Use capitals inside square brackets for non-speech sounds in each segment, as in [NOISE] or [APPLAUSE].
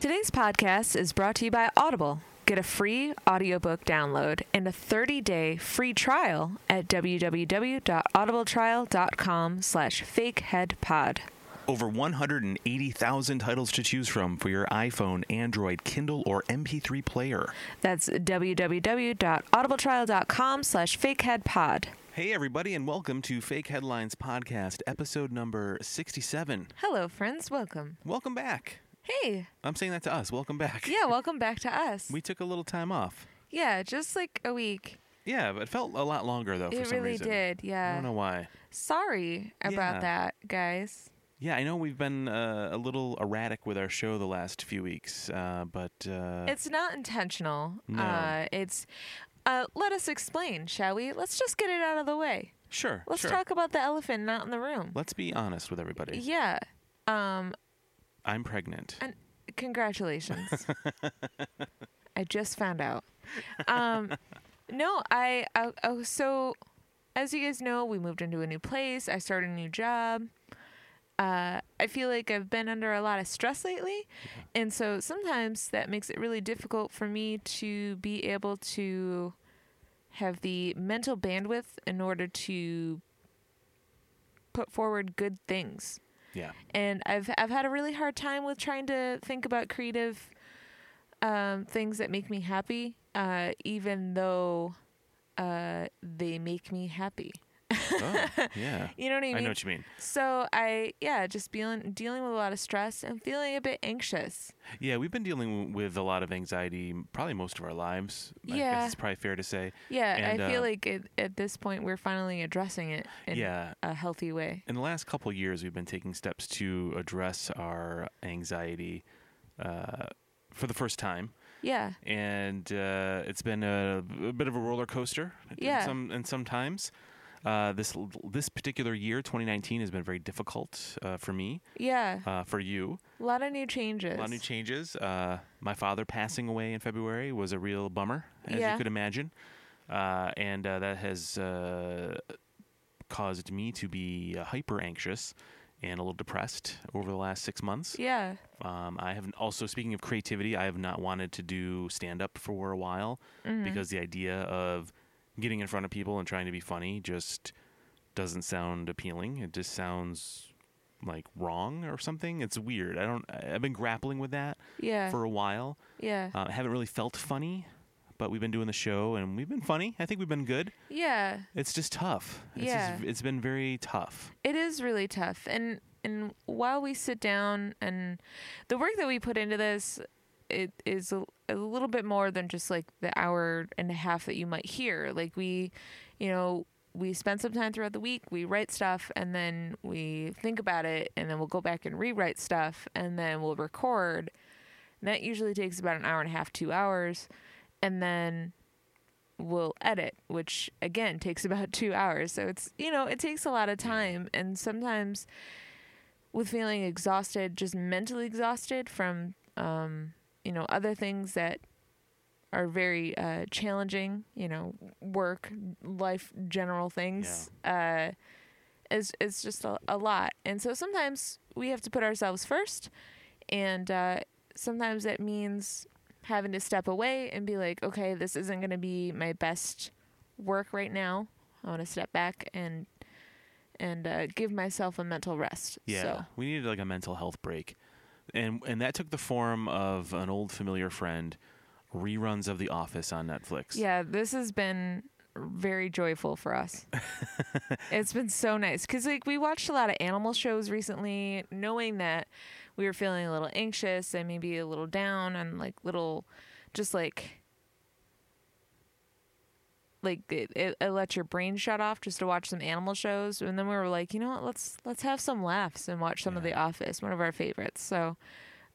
This podcast is brought to you by Audible. Get a free audiobook download and a 30-day free trial at www.audibletrial.com slash fakeheadpod. Over 180,000 titles to choose from for your iPhone, Android, Kindle, or MP3 player. That's www.audibletrial.com slash fakeheadpod. Hey, everybody, and welcome to Fake Headlines Podcast, episode number 67. Hello, friends. Welcome. Welcome back. Hey. I'm saying that to us. Welcome back. Yeah, welcome back to us. We took a little time off. yeah, just like a week. Yeah, but it felt a lot longer, though, for It some really reason. did, yeah. I don't know why. Sorry about Yeah. that, guys. Yeah, I know we've been uh, a little erratic with our show the last few weeks, uh, but uh, It's not intentional. No. Uh, it's uh, let us explain, shall we? Let's just get it out of the way. sure. Let's sure. talk about the elephant not in the room. Let's be honest with everybody. yeah. Um, I'm pregnant. and congratulations. I just found out. Um, no, I, I oh so as you guys know, we moved into a new place. I started a new job. Uh, I feel like I've been under a lot of stress lately, and so sometimes that makes it really difficult for me to be able to have the mental bandwidth in order to put forward good things [LAUGHS] Yeah. and I've I've had a really hard time with trying to think about creative um, things that make me happy, uh, even though uh, they make me happy. Oh, yeah. You know what I mean? I know what you mean. so I yeah, just dealing dealing with a lot of stress and feeling a bit anxious. Yeah, we've been dealing with a lot of anxiety m- probably most of our lives. I Yeah. guess it's probably fair to say. Yeah, And, I feel uh, like at, at this point we're finally addressing it in Yeah. a healthy way. In the last couple of years, we've been taking steps to address our anxiety uh, for the first time. Yeah. And uh, it's been a, a bit of a roller coaster. in Yeah. Some, and sometimes uh, this, l- this particular year, 2019, has been very difficult uh, for me, Yeah. uh, for you. a lot of new changes. A lot of new changes. Uh, my father passing away in February was a real bummer, as Yeah. you could imagine. Uh, and uh, that has uh, caused me to be uh, hyper anxious and a little depressed over the last six months. yeah. Um, I have also, speaking of creativity, I have not wanted to do stand up for a while because the idea of getting in front of people and trying to be funny just doesn't sound appealing. It just sounds like wrong or something. It's weird. I don't. I- I've been grappling with that Yeah. for a while. yeah. Um, I haven't really felt funny, but we've been doing the show and we've been funny. I think we've been good. yeah. It's just tough. It's just, Yeah. it's been very tough. it is really tough and and while we sit down and the work that we put into this it is a, a little bit more than just like the hour and a half that you might hear like we you know we spend some time throughout the week we write stuff and then we think about it and then we'll go back and rewrite stuff and then we'll record and that usually takes about an hour and a half two hours and then will edit, which again takes about [LAUGHS] two hours. So it's, you know, it takes a lot of time. And sometimes with feeling exhausted, just mentally exhausted from, um, you know, other things that are very uh, challenging, you know, work, life, general things. Uh, it's, it's just a, a lot. And so sometimes we have to put ourselves first. And uh, sometimes that means having to step away and be like, okay, this isn't going to be my best work right now. I want to step back and and uh, give myself a mental rest. Yeah, So, we needed like a mental health break, and and that took the form of an old familiar friend, reruns of The Office on Netflix. yeah, this has been very joyful for [LAUGHS] us. it's been so nice cuz like we watched a lot of animal shows recently knowing that we were feeling a little anxious and maybe a little down and like little just like like it, it, it let your brain shut off just to watch some animal shows and then we were like you know what let's let's have some laughs and watch some of Yeah. the office one of our favorites so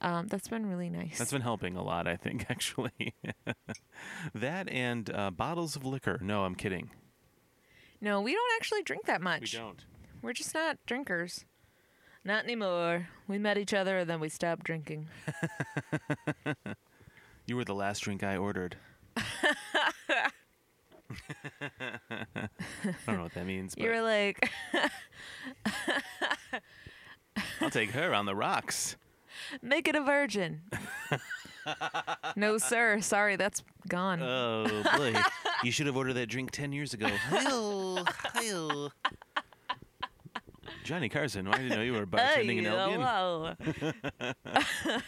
um, that's been really nice That's been helping a lot, I think, [LAUGHS] actually. that and uh, bottles of liquor. No, I'm kidding. no we don't actually drink that much don't. we're just not drinkers not anymore we met each other and then we stopped drinking You were the last drink I ordered. [LAUGHS] I don't know what that means, but you were like [LAUGHS] I'll take her on the rocks. make it a virgin no, sir. Sorry, that's gone. Oh boy, you should have ordered that drink ten years ago. Hi-yo, hi-yo. Johnny Carson, why didn't know you were bartending in Albion? hello.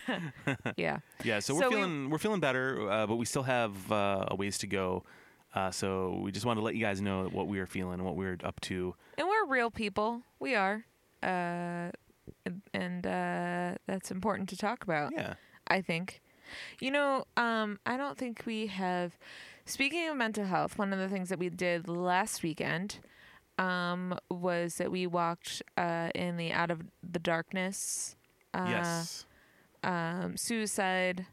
oh, yeah. Yeah, so we're So we- feeling we, are feeling better, uh, but we still have uh, a ways to go. Uh, so we just wanted to let you guys know what we were feeling, and what we were up to. And we're real people. We are. Uh, and- and uh, that's important to talk about. Yeah, I think. You know, um, I don't think we have. Speaking of mental health, one of the things that we did last weekend um, was that we walked uh, in the Out of the Darkness uh, yes, um, suicide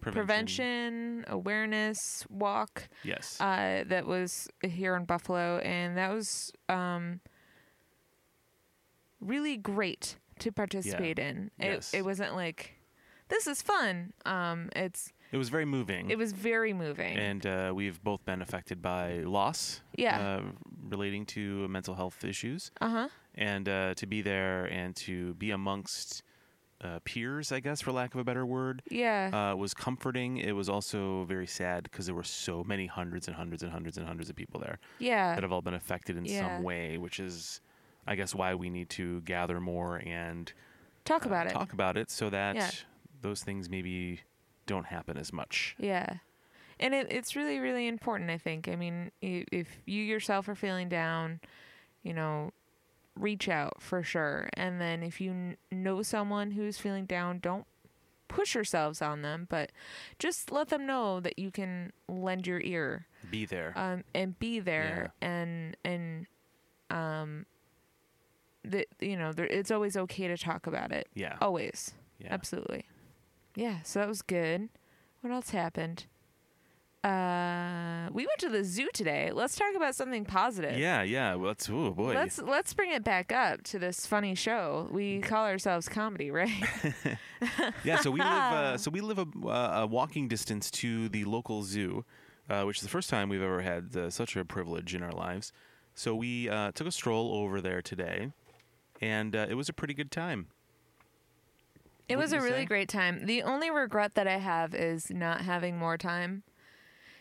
prevention. awareness walk Yes, uh, that was here in Buffalo, and that was um, really great to participate in. It, Yes. it wasn't like this is fun. Um, it's it was very moving. it was very moving. Mm-hmm. and uh, we've both been affected by loss Yeah. uh, relating to mental health issues uh huh. and uh, to be there and to be amongst uh, peers i guess for lack of a better word Yeah. uh, was comforting it was also very sad because there were so many hundreds and hundreds and hundreds and hundreds of people there yeah. that have all been affected in Yeah. some way which is i guess why we need to gather more and Talk uh, about it. talk about it so that Yeah. those things maybe don't happen as much Yeah. And it, it's really, really important, I think. I mean, i- if you yourself are feeling down, you know, reach out for sure. And then if you n- know someone who's feeling down, don't push yourselves on them, but just let them know that you can lend your ear be there um, and be there and, and, um, that you know, there, it's always okay to talk about it. yeah Always. yeah Absolutely. Yeah, so that was good. What else happened? Uh, we went to the zoo today. Let's talk about something positive. Yeah, yeah. Well, that's oh boy. Let's let's bring it back up to this funny show. We Mm. call ourselves comedy, [LAUGHS] right? yeah. So we [LAUGHS] live. Uh, so we live a, uh, a walking distance to the local zoo, uh, which is the first time we've ever had uh, such a privilege in our lives. So we uh, took a stroll over there today, and uh, it was a pretty good time. [LAUGHS] it was a Wouldn't you really say? great time. The only regret that I have is not having more time.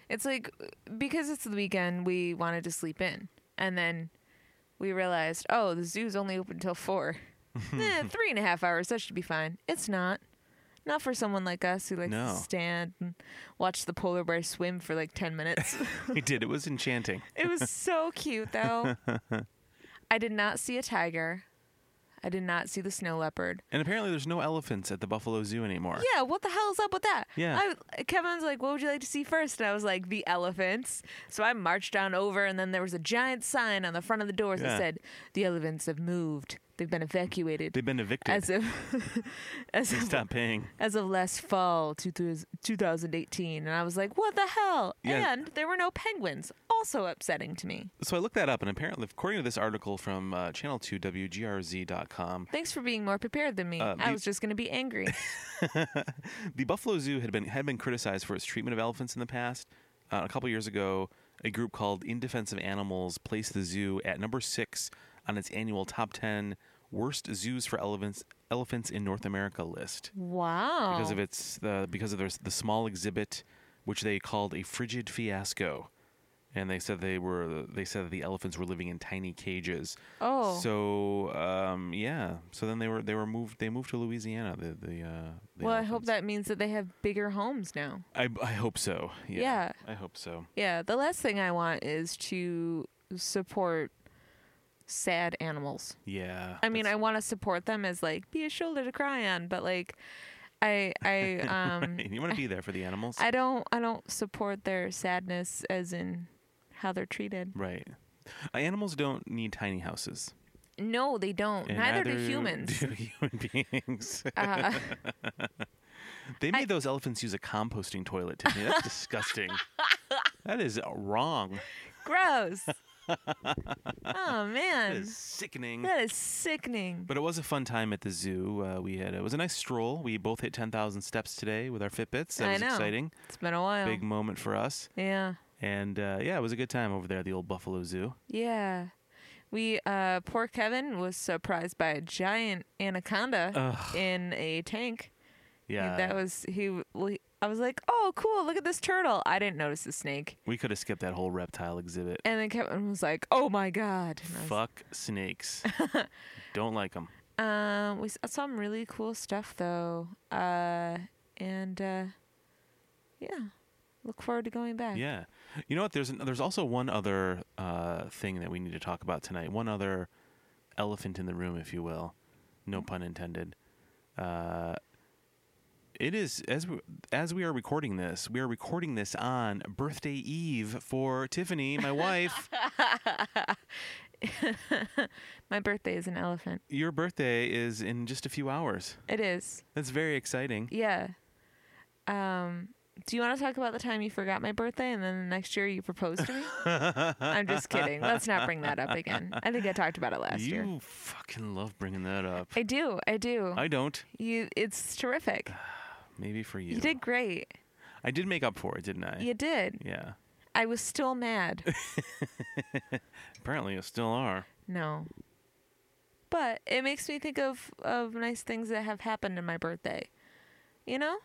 It's like because it's the weekend, we wanted to sleep in, and then we realized, oh, the zoo's only open till [LAUGHS] four. Eh, three and a half hours. That should be fine. It's not. Not for someone like us who likes No. to stand and watch the polar bear swim for like ten [LAUGHS] minutes. [LAUGHS] we did. It was enchanting. it was so cute [LAUGHS] though. I did not see a tiger. I did not see the snow leopard. And apparently, there's no elephants at the Buffalo Zoo anymore. [LAUGHS] Yeah, what the hell's up with that? Yeah. I, Kevin's like, what would you like to see first? And I was like, the elephants. So I marched down over, and then there was a giant sign on the front of the doors Yeah. that said, the elephants have moved. They've been evacuated. They've been evicted. [LAUGHS] as of, [LAUGHS] as they of stopped paying. as of last fall, two thous- 2018. And I was like, what the hell? Yeah. And there were no penguins. Also upsetting to me. So I looked that up, and apparently, according to this article from uh, Channel 2 WGRZ.com, Thanks for being more prepared than me. Uh, I the- was just going to be [LAUGHS] angry. The Buffalo Zoo had been had been criticized for its treatment of elephants in the past. Uh, a couple years ago, a group called In Defense of Animals placed the zoo at number six on its annual top ten worst zoos for elephants elephants in North America list wow. because of its uh, because of their, the small exhibit, which they called a frigid fiasco, and they said they were they said that the elephants were living in tiny cages. Oh. so um, yeah, so then they were they were moved they moved to Louisiana. The the, uh, the well, I elephants. hope that means that they have bigger homes now. I, I hope so. Yeah, Yeah. I hope so. Yeah, the last thing I want is to support sad animals. Yeah. I mean, I that's- want to support them as like be a shoulder to cry on, but like I [LAUGHS] I um you want to be there for the animals, I don't I don't support their sadness as in how they're treated. right? Uh, animals don't need tiny houses. No, they don't. Neither, do humans. Do [LAUGHS] human [LAUGHS] beings. Uh, they made I- those elephants use a composting toilet. [LAUGHS] Tiffany. That's disgusting. That is uh, wrong. [LAUGHS] gross. oh That man, is sickening. that is sickening. But it was a fun time at the zoo. Uh, we had it was a nice stroll. We both hit ten thousand steps today with our Fitbits. That I was know. Oh. exciting. It's been a while. Big moment for us. yeah. And uh, yeah, it was a good time over there at the old Buffalo Zoo. Yeah. We uh poor Kevin was surprised by a giant anaconda Ugh. in a tank. Yeah. that was he. we- I was like, oh, cool, look at this turtle. I didn't notice the snake, we could have skipped that whole reptile exhibit. and then Kevin was like, oh my god. And I was Fuck [LAUGHS] snakes. Don't like them. Um, we s- saw some really cool stuff though. Uh, and uh, yeah, look forward to going back. Yeah. You know what? There's an, there's also one other uh, thing that we need to talk about tonight. One other elephant in the room, if you will. No pun intended. Uh, it is as we, as we are recording this. We are recording this on birthday eve for Tiffany, my [LAUGHS] wife. My birthday is an elephant. Your birthday is in just a few hours. It is. That's very exciting. Yeah. Um, do you want to talk about the time you forgot my birthday and then the next year you proposed to me? I'm just kidding. Let's not bring that up again. I think I talked about it last you year. fucking love bringing that up. I do. I do. I don't. you. It's terrific. Maybe for you. You did great. I did make up for it, didn't I? You did. Yeah. I was still mad. [LAUGHS] Apparently, you still are. No. But it makes me think of of nice things that have happened in my birthday. You know?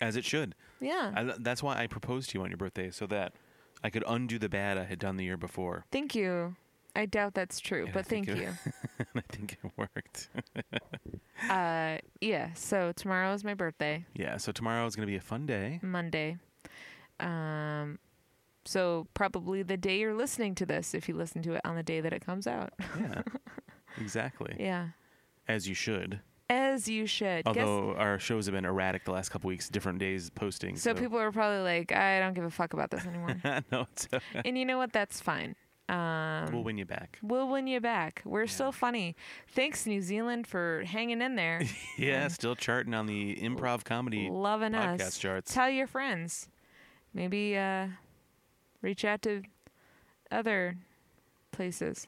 As it should. Yeah. I, that's why I proposed to you on your birthday, so that I could undo the bad I had done the [LAUGHS] year before. thank you. I doubt that's true, Yeah, I but think thank it- you. and I think it worked. uh yeah, so tomorrow is my birthday, [LAUGHS] yeah, so tomorrow is going to be a fun day. Monday. Um so probably the day you're listening to this if you listen to it on the day that it comes out. [LAUGHS] Yeah, exactly. yeah. As you should. As you should. Guess- Although our shows have been erratic the last couple weeks, different days posting. so So, [LAUGHS] people are probably like, I don't give a fuck about this anymore. no, it's, uh, and you know what? That's fine. Um we'll win you back. We'll win you back. We're Yeah. still funny. Thanks, New Zealand, for hanging in there, Yeah, still charting on [LAUGHS] the improv comedy loving podcast us. charts. Tell your friends. Maybe uh, reach out to other [LAUGHS] places.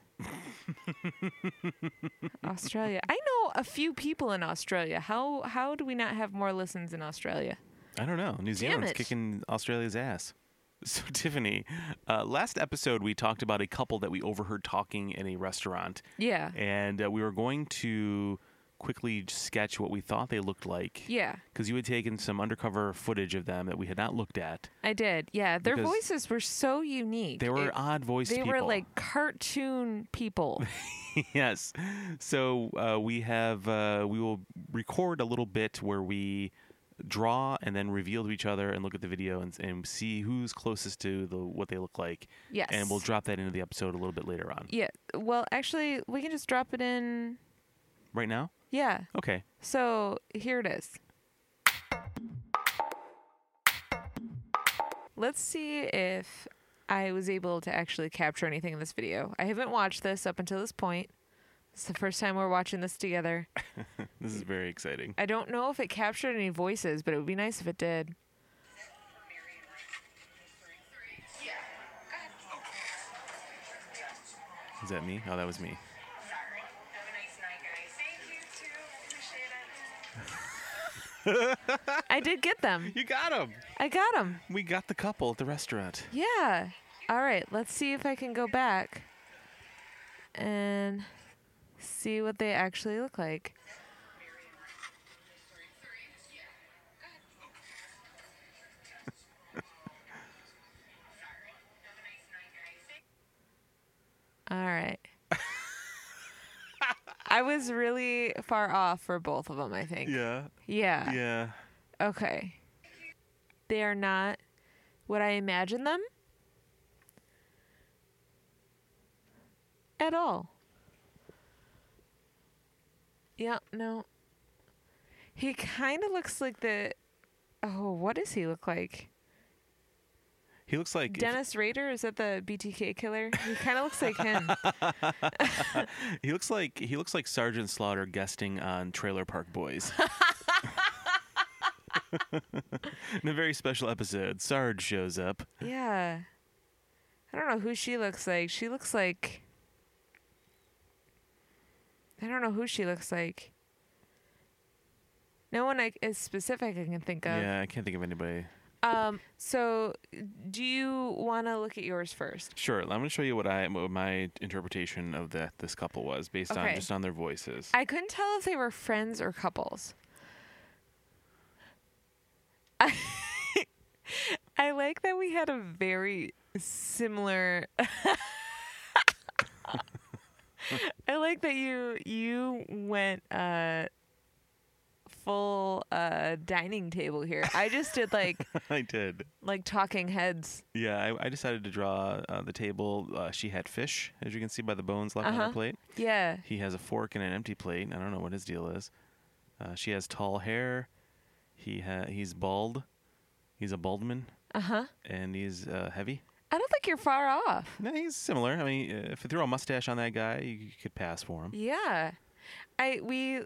Australia. I know a few people in Australia. How how do we not have more listens in Australia? I don't know. New Zealand's it. kicking Australia's ass. [LAUGHS] So, Tiffany, uh, last episode we talked about a couple that we overheard talking in a restaurant, Yeah. and uh, we were going to quickly sketch what we thought they looked like. Yeah, Because you had taken some undercover footage of them that we had not looked at. I did. Yeah, their Because voices were so unique. They were It- odd voiced they people. were like cartoon people. [LAUGHS] yes. So uh, we have uh, we will record a little bit where we draw and then reveal to each other and look at the video and, and see who's closest to the what they look like. yes. And we'll drop that into the episode a little bit later on. Yeah. Well, actually, we can just drop it in. Right now? Yeah. Okay. So here it is. Let's see if I was able to actually capture anything in this video. I haven't watched this up until this point. It's the first time we're watching this together. This is very exciting. I don't know if it captured any voices, but it would be nice if it did. Is that me? Oh, that was me. Have a nice night, guys. Thank you, too. Appreciate it. I did get them. You got him. I got them. We got the couple at the restaurant. Yeah. All right. Let's see if I can go back and see what they actually look like. Have a nice night, guys. Thank All right. I was really far off for both of them, I think. Yeah. Yeah. Yeah. Okay. They are not what I imagine them at all. Yeah, no. He kind of looks like the. Oh, what does he look like? He looks like if- Dennis Rader? Is that the BTK killer? He kind of looks like him. he looks like he looks like Sergeant Slaughter guesting on Trailer Park Boys. [LAUGHS] In a very special episode, Sarge shows up. Yeah. I don't know who she looks like. She looks like. I don't know who she looks like. No one like, is specific I can think of. Yeah, I can't think of anybody. Um. So, do you want to look at yours first? Sure, I'm going to show you what I what my interpretation of that this couple was based on Okay. just on their voices. I couldn't tell if they were friends or couples. [LAUGHS] I like that we had a very similar. [LAUGHS] I like that you you went uh, full uh, dining table here. I just did like [LAUGHS] I did. like talking heads. Yeah, I, I decided to draw uh, the table. Uh, she had fish, as you can see by the bones left on Uh-huh. her plate. Yeah, He has a fork and an empty plate. I don't know what his deal is. Uh, she has tall hair. He ha- he's bald. He's a bald man, uh huh. and he's uh, heavy. I don't think you're far off. No, he's similar. I mean, uh, if you throw a mustache on that guy, you could pass for him. Yeah, I we,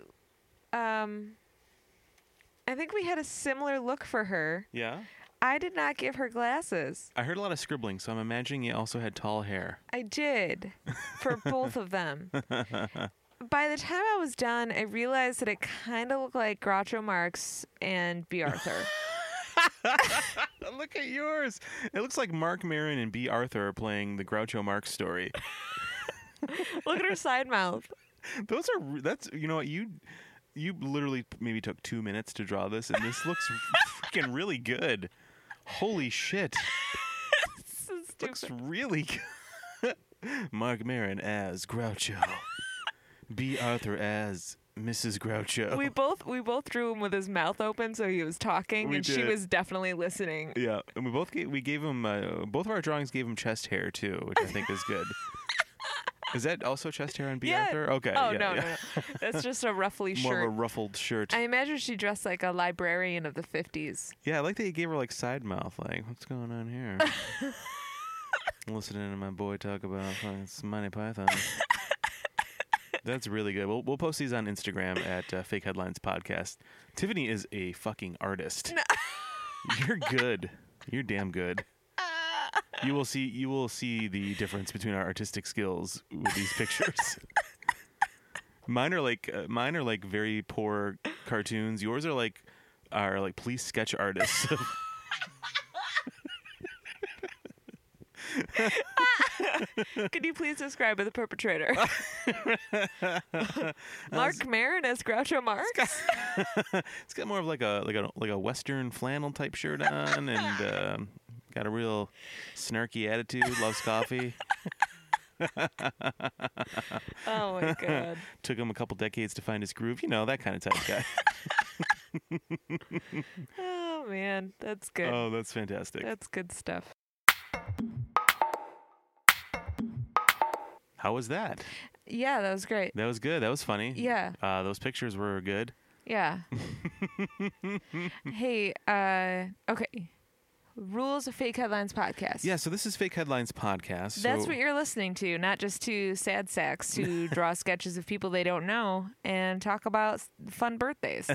um, I think we had a similar look for her. Yeah. I did not give her glasses. I heard a lot of scribbling, so I'm imagining he also had tall hair. I did [LAUGHS] for both of them. By the time I was done, I realized that it kind of looked like Groucho Marx and B. [LAUGHS] Arthur. Look at yours. It looks like Mark Maron and B. Arthur are playing the Groucho Marx story. Look at her side mouth. Those are re- that's you know what you you literally maybe took two minutes to draw this, and this looks [LAUGHS] freaking really good. Holy shit! So Looks stupid. really good. [LAUGHS] Mark Maron [LAUGHS] as Groucho. B. Arthur as Mrs. Groucho. We both we both drew him with his mouth open, so he was talking, We and she did. was definitely listening. [LAUGHS] yeah, and we both gave, we gave him uh, both of our drawings gave him chest hair too, which I think is [LAUGHS] good. Is that also chest hair on B. Arthur? Okay. Oh yeah, no, yeah. no, no, that's just [LAUGHS] a ruffly More shirt. of a ruffled shirt. I imagine she dressed like a librarian of the [LAUGHS] 50s. Yeah, I like that he gave her like side mouth. Like, what's going on here? Listening to my boy talk about fucking s- Monty Python. That's really good. We'll, we'll post these on Instagram at uh, Fake Headlines Podcast. Tiffany is a fucking artist. You're good. You're damn good. You will see. You will see the difference between our artistic skills with these pictures. mine are like uh, mine are like very poor cartoons. Yours are like are like police sketch artists. Could you please describe the [LAUGHS] perpetrator? [LAUGHS] Mark Maron as Groucho Marx? it's got more of like a like a like a western flannel type shirt on, and [LAUGHS] um got a real snarky attitude. [LAUGHS] Loves coffee. [LAUGHS] Oh my god. Took him a couple decades to find his groove. You know that kind of type guy. Oh man, that's good. oh, that's fantastic. That's good stuff. How was that? Yeah, that was great. That was good. That was funny. Yeah. Uh, those pictures were good. [LAUGHS] Yeah. hey, uh okay. Rules of Fake Headlines podcast. Yeah. So this is Fake Headlines podcast. That's so- what you're listening to, not just to sad sacks [LAUGHS] who draw sketches of people they don't know and talk about s- fun [LAUGHS] birthdays.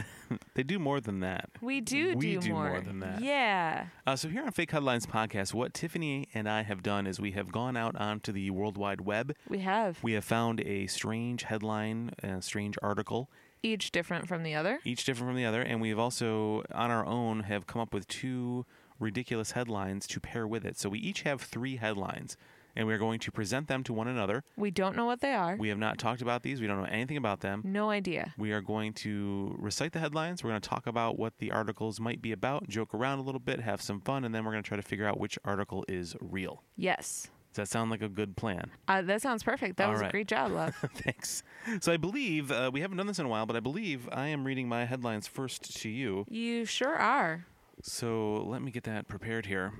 They do more than that. We do We do, do more than that. Yeah. Uh, so here on Fake Headlines podcast, what Tiffany and I have done is we have gone out onto the World Wide Web. We have. We have found a strange headline, a strange article, each different from the other. each different from the other, and we have also, on our own, have come up with two ridiculous headlines to pair with it. So we each have three headlines, and we are going to present them to one another. We don't know what they are. We have not talked about these. We don't know anything about them. no idea. We are going to recite the headlines. We're going to talk about what the articles might be about, joke around a little bit, have some fun, and then we're going to try to figure out which article is real. Yes. Does that sound like a good plan? [LAUGHS] Uh, that sounds perfect. That All was a right. great job, [LAUGHS] love. Thanks. So I believe uh, we haven't done this in a while, but I believe I am reading my headlines first to you. you sure are. So let me get that prepared here.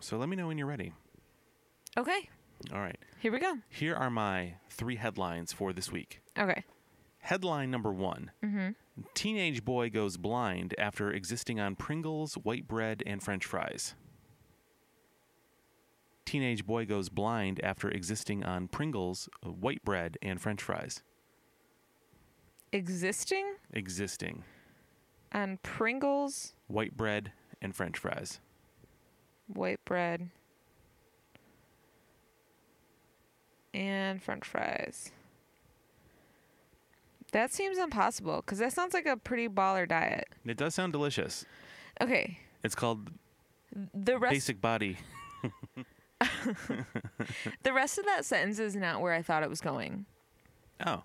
So let me know when you're ready. Okay. All right. Here we go. Here are my three headlines for this week. Okay. Headline number one Mm-hmm. Teenage boy goes blind after existing on Pringles, white bread, and french fries. Teenage boy goes blind after existing on Pringles, uh, white bread, and french fries. Existing Existing. on Pringles, White bread and french fries. white bread, and french fries. That seems impossible because that sounds like a pretty baller diet. It does sound delicious. Okay. It's called The rest Basic Body. the rest of that sentence is not where I thought it was going. Oh,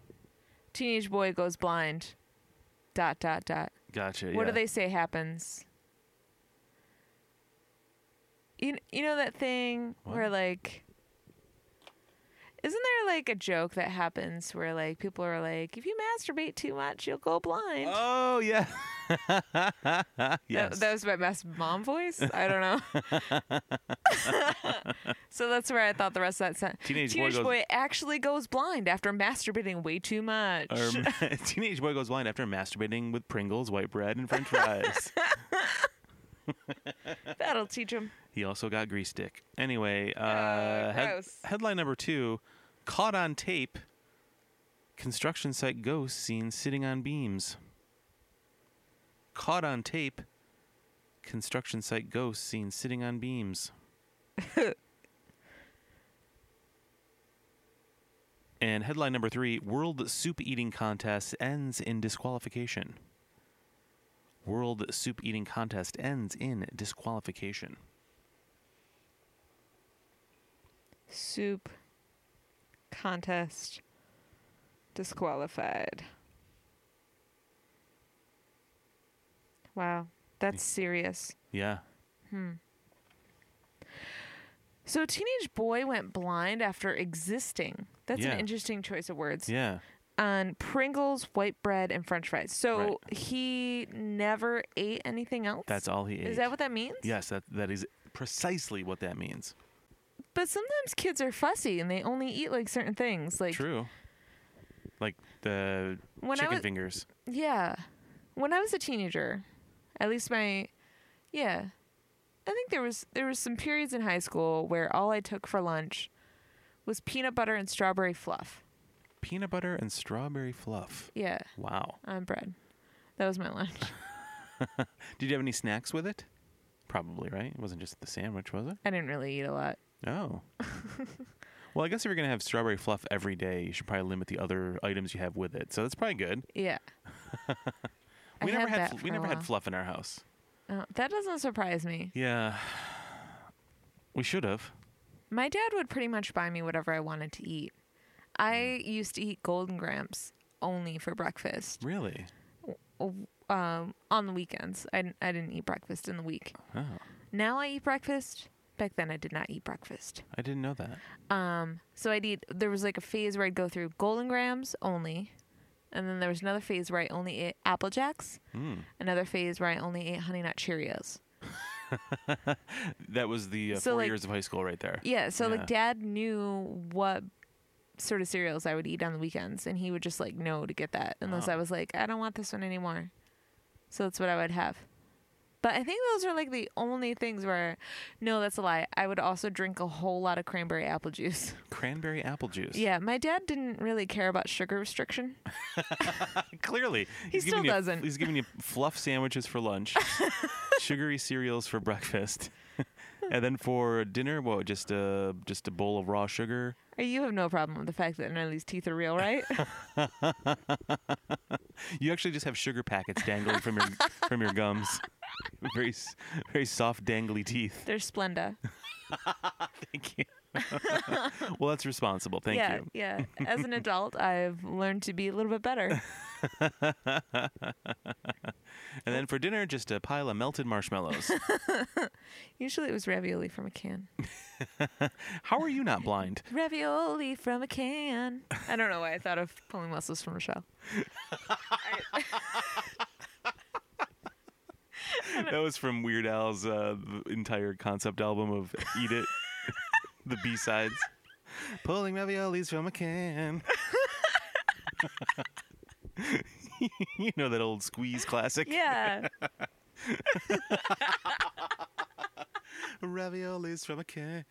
Teenage boy goes blind. Dot dot dot. gotcha. What do yeah. they say happens? You, you know that thing where What? like isn't there like a joke that happens where like people are like if you masturbate too much you'll go blind Oh yeah. [LAUGHS] That- yes. that, was my best mom voice i don't know [LAUGHS] so that's where i thought the rest of that sentence Teenage boy goes- actually goes blind after masturbating way too much Or Um, [LAUGHS] teenage boy goes blind after masturbating with Pringles, white bread, and French fries. [LAUGHS] that'll teach him he also got grease stick. Anyway, uh, Uh, head- gross. headline number two: Caught on tape. Construction site ghost seen sitting on beams. Caught on tape. Construction site ghost seen sitting on beams. and headline number three World Soup Eating Contest ends in disqualification. World Soup Eating Contest ends in disqualification. soup contest disqualified wow that's Hmm. serious Yeah. so teenage boy went blind after existing that's Yeah. an interesting choice of words Yeah. on Pringles, white bread, and French fries. So Right. he never ate anything else. That's all he ate. Is that what that means? Yes, that, that is precisely what that means. But sometimes kids are fussy and they only eat like certain things. Like True. Like the When I chicken was- fingers. yeah, when I was a teenager, at least my yeah, I think there was there was some periods in high school where all I took for lunch was peanut butter and strawberry fluff. Peanut butter and strawberry fluff. Yeah, Wow. on bread. That was my [LAUGHS] lunch. Did you have any snacks with it? Probably, right? It wasn't just the sandwich, was it? I didn't really eat a lot. [LAUGHS] Oh. well, I guess if you're going to have strawberry fluff every day, you should probably limit the other items you have with it. So that's probably good. [LAUGHS] Yeah. I We never had, that fl- for we a never had while. fluff in our house. Uh, that doesn't surprise me. Yeah. We should have. My dad would pretty much buy me whatever I wanted to eat. I used to eat Golden Gramps only for breakfast Really? um, on the weekends. I, didn't- I didn't eat breakfast in the week. Oh. Now I eat breakfast. Back then I did not eat breakfast. I didn't know that. So I'd eat, there was like a phase where I'd go through Golden Grams only. And then there was another phase where I only ate Apple Jacks. Another phase where I only ate Honey Nut Cheerios. That was the uh, So, four like- years of high school right there. Yeah, so Yeah. like dad knew what sort of cereals I would eat on the weekends and he would just like know to get that unless Wow. I was like, I don't want this one anymore. So that's what I would have. But I think those are like the only things where no, that's a lie. I would also drink a whole lot of cranberry apple [LAUGHS] juice. Cranberry apple juice. Yeah, my dad didn't really care about sugar restriction. Clearly. he's still giving you- doesn't. He's giving you fluff sandwiches [LAUGHS] for lunch, sugary cereals for breakfast. [LAUGHS] and then for dinner, what? Just a just a bowl of raw sugar. Uh, You have no problem with the fact that none of these teeth are real, [LAUGHS] right? You actually just have sugar packets dangling from your from your gums. [LAUGHS] Very s- very soft dangly teeth. They're Splenda. Thank you. [LAUGHS] well, that's responsible. [LAUGHS] Thank yeah, you. yeah. As an adult, I've learned to be a little bit [LAUGHS] better. And then for dinner, just a pile of melted marshmallows. [LAUGHS] Usually it was ravioli from a can. How are you not blind? Ravioli from a can. I don't know why I thought of pulling muscles from Rochelle. That was from Weird Al's uh, the entire concept album of Eat It, [LAUGHS] the B sides. Pulling raviolis from a can. [LAUGHS] you know that old squeeze classic? Yeah. Raviolis from a can.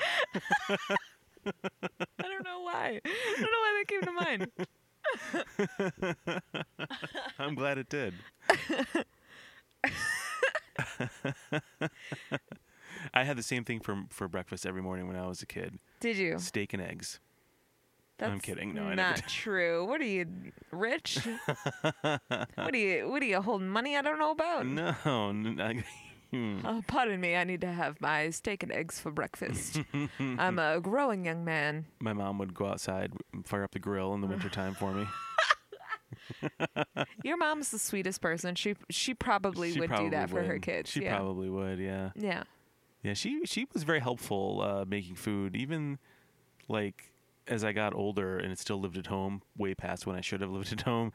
[LAUGHS] I don't know why. I don't know why that came to mind. I'm glad it did. [LAUGHS] I had the same thing for for breakfast every morning when I was a kid: Did you? steak and eggs. That's kidding. No, I never not did. true. What are you, [LAUGHS] rich? what are you? What are you holding money? I don't know about. No, n- I- hmm. Oh, pardon me. I need to have my steak and eggs for [LAUGHS] breakfast. I'm a growing young man. my mom would go outside, and fire up the grill in the wintertime for me. Your mom's the sweetest person. She she [LAUGHS] probably She would do that for her would. kids. She yeah. probably would, yeah. Yeah. Yeah, she she was very helpful uh, making food, even like as I got older and still lived at home, way past when I should have [LAUGHS] lived at home.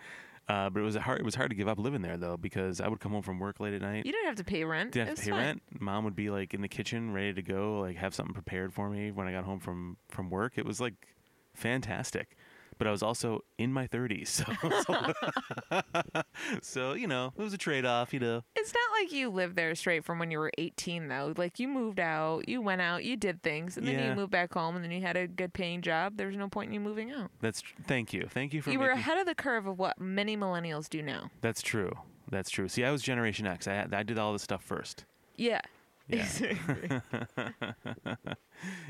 Uh, but it was a hard it was hard to give up living there though because I would come home from work late at night. You didn't have to pay rent. didn't It have was to pay fine. rent. Mom would be like in the kitchen, ready to go, like have something prepared for me when I got home from from work. It was like fantastic. But I was also in my 30s, so [LAUGHS] so you know it was a trade off, you know. It's not like you lived there straight from when you were 18, though. Like, you moved out, you went out, you did things, and then Yeah. you moved back home, and then you had a good paying job. There was no point in you moving out. That's tr- thank you, thank you for You were making- ahead of the curve of what many millennials do now. That's true. That's true. See, I was Generation X. I had- I did all this stuff first. Yeah. Yeah. Exactly.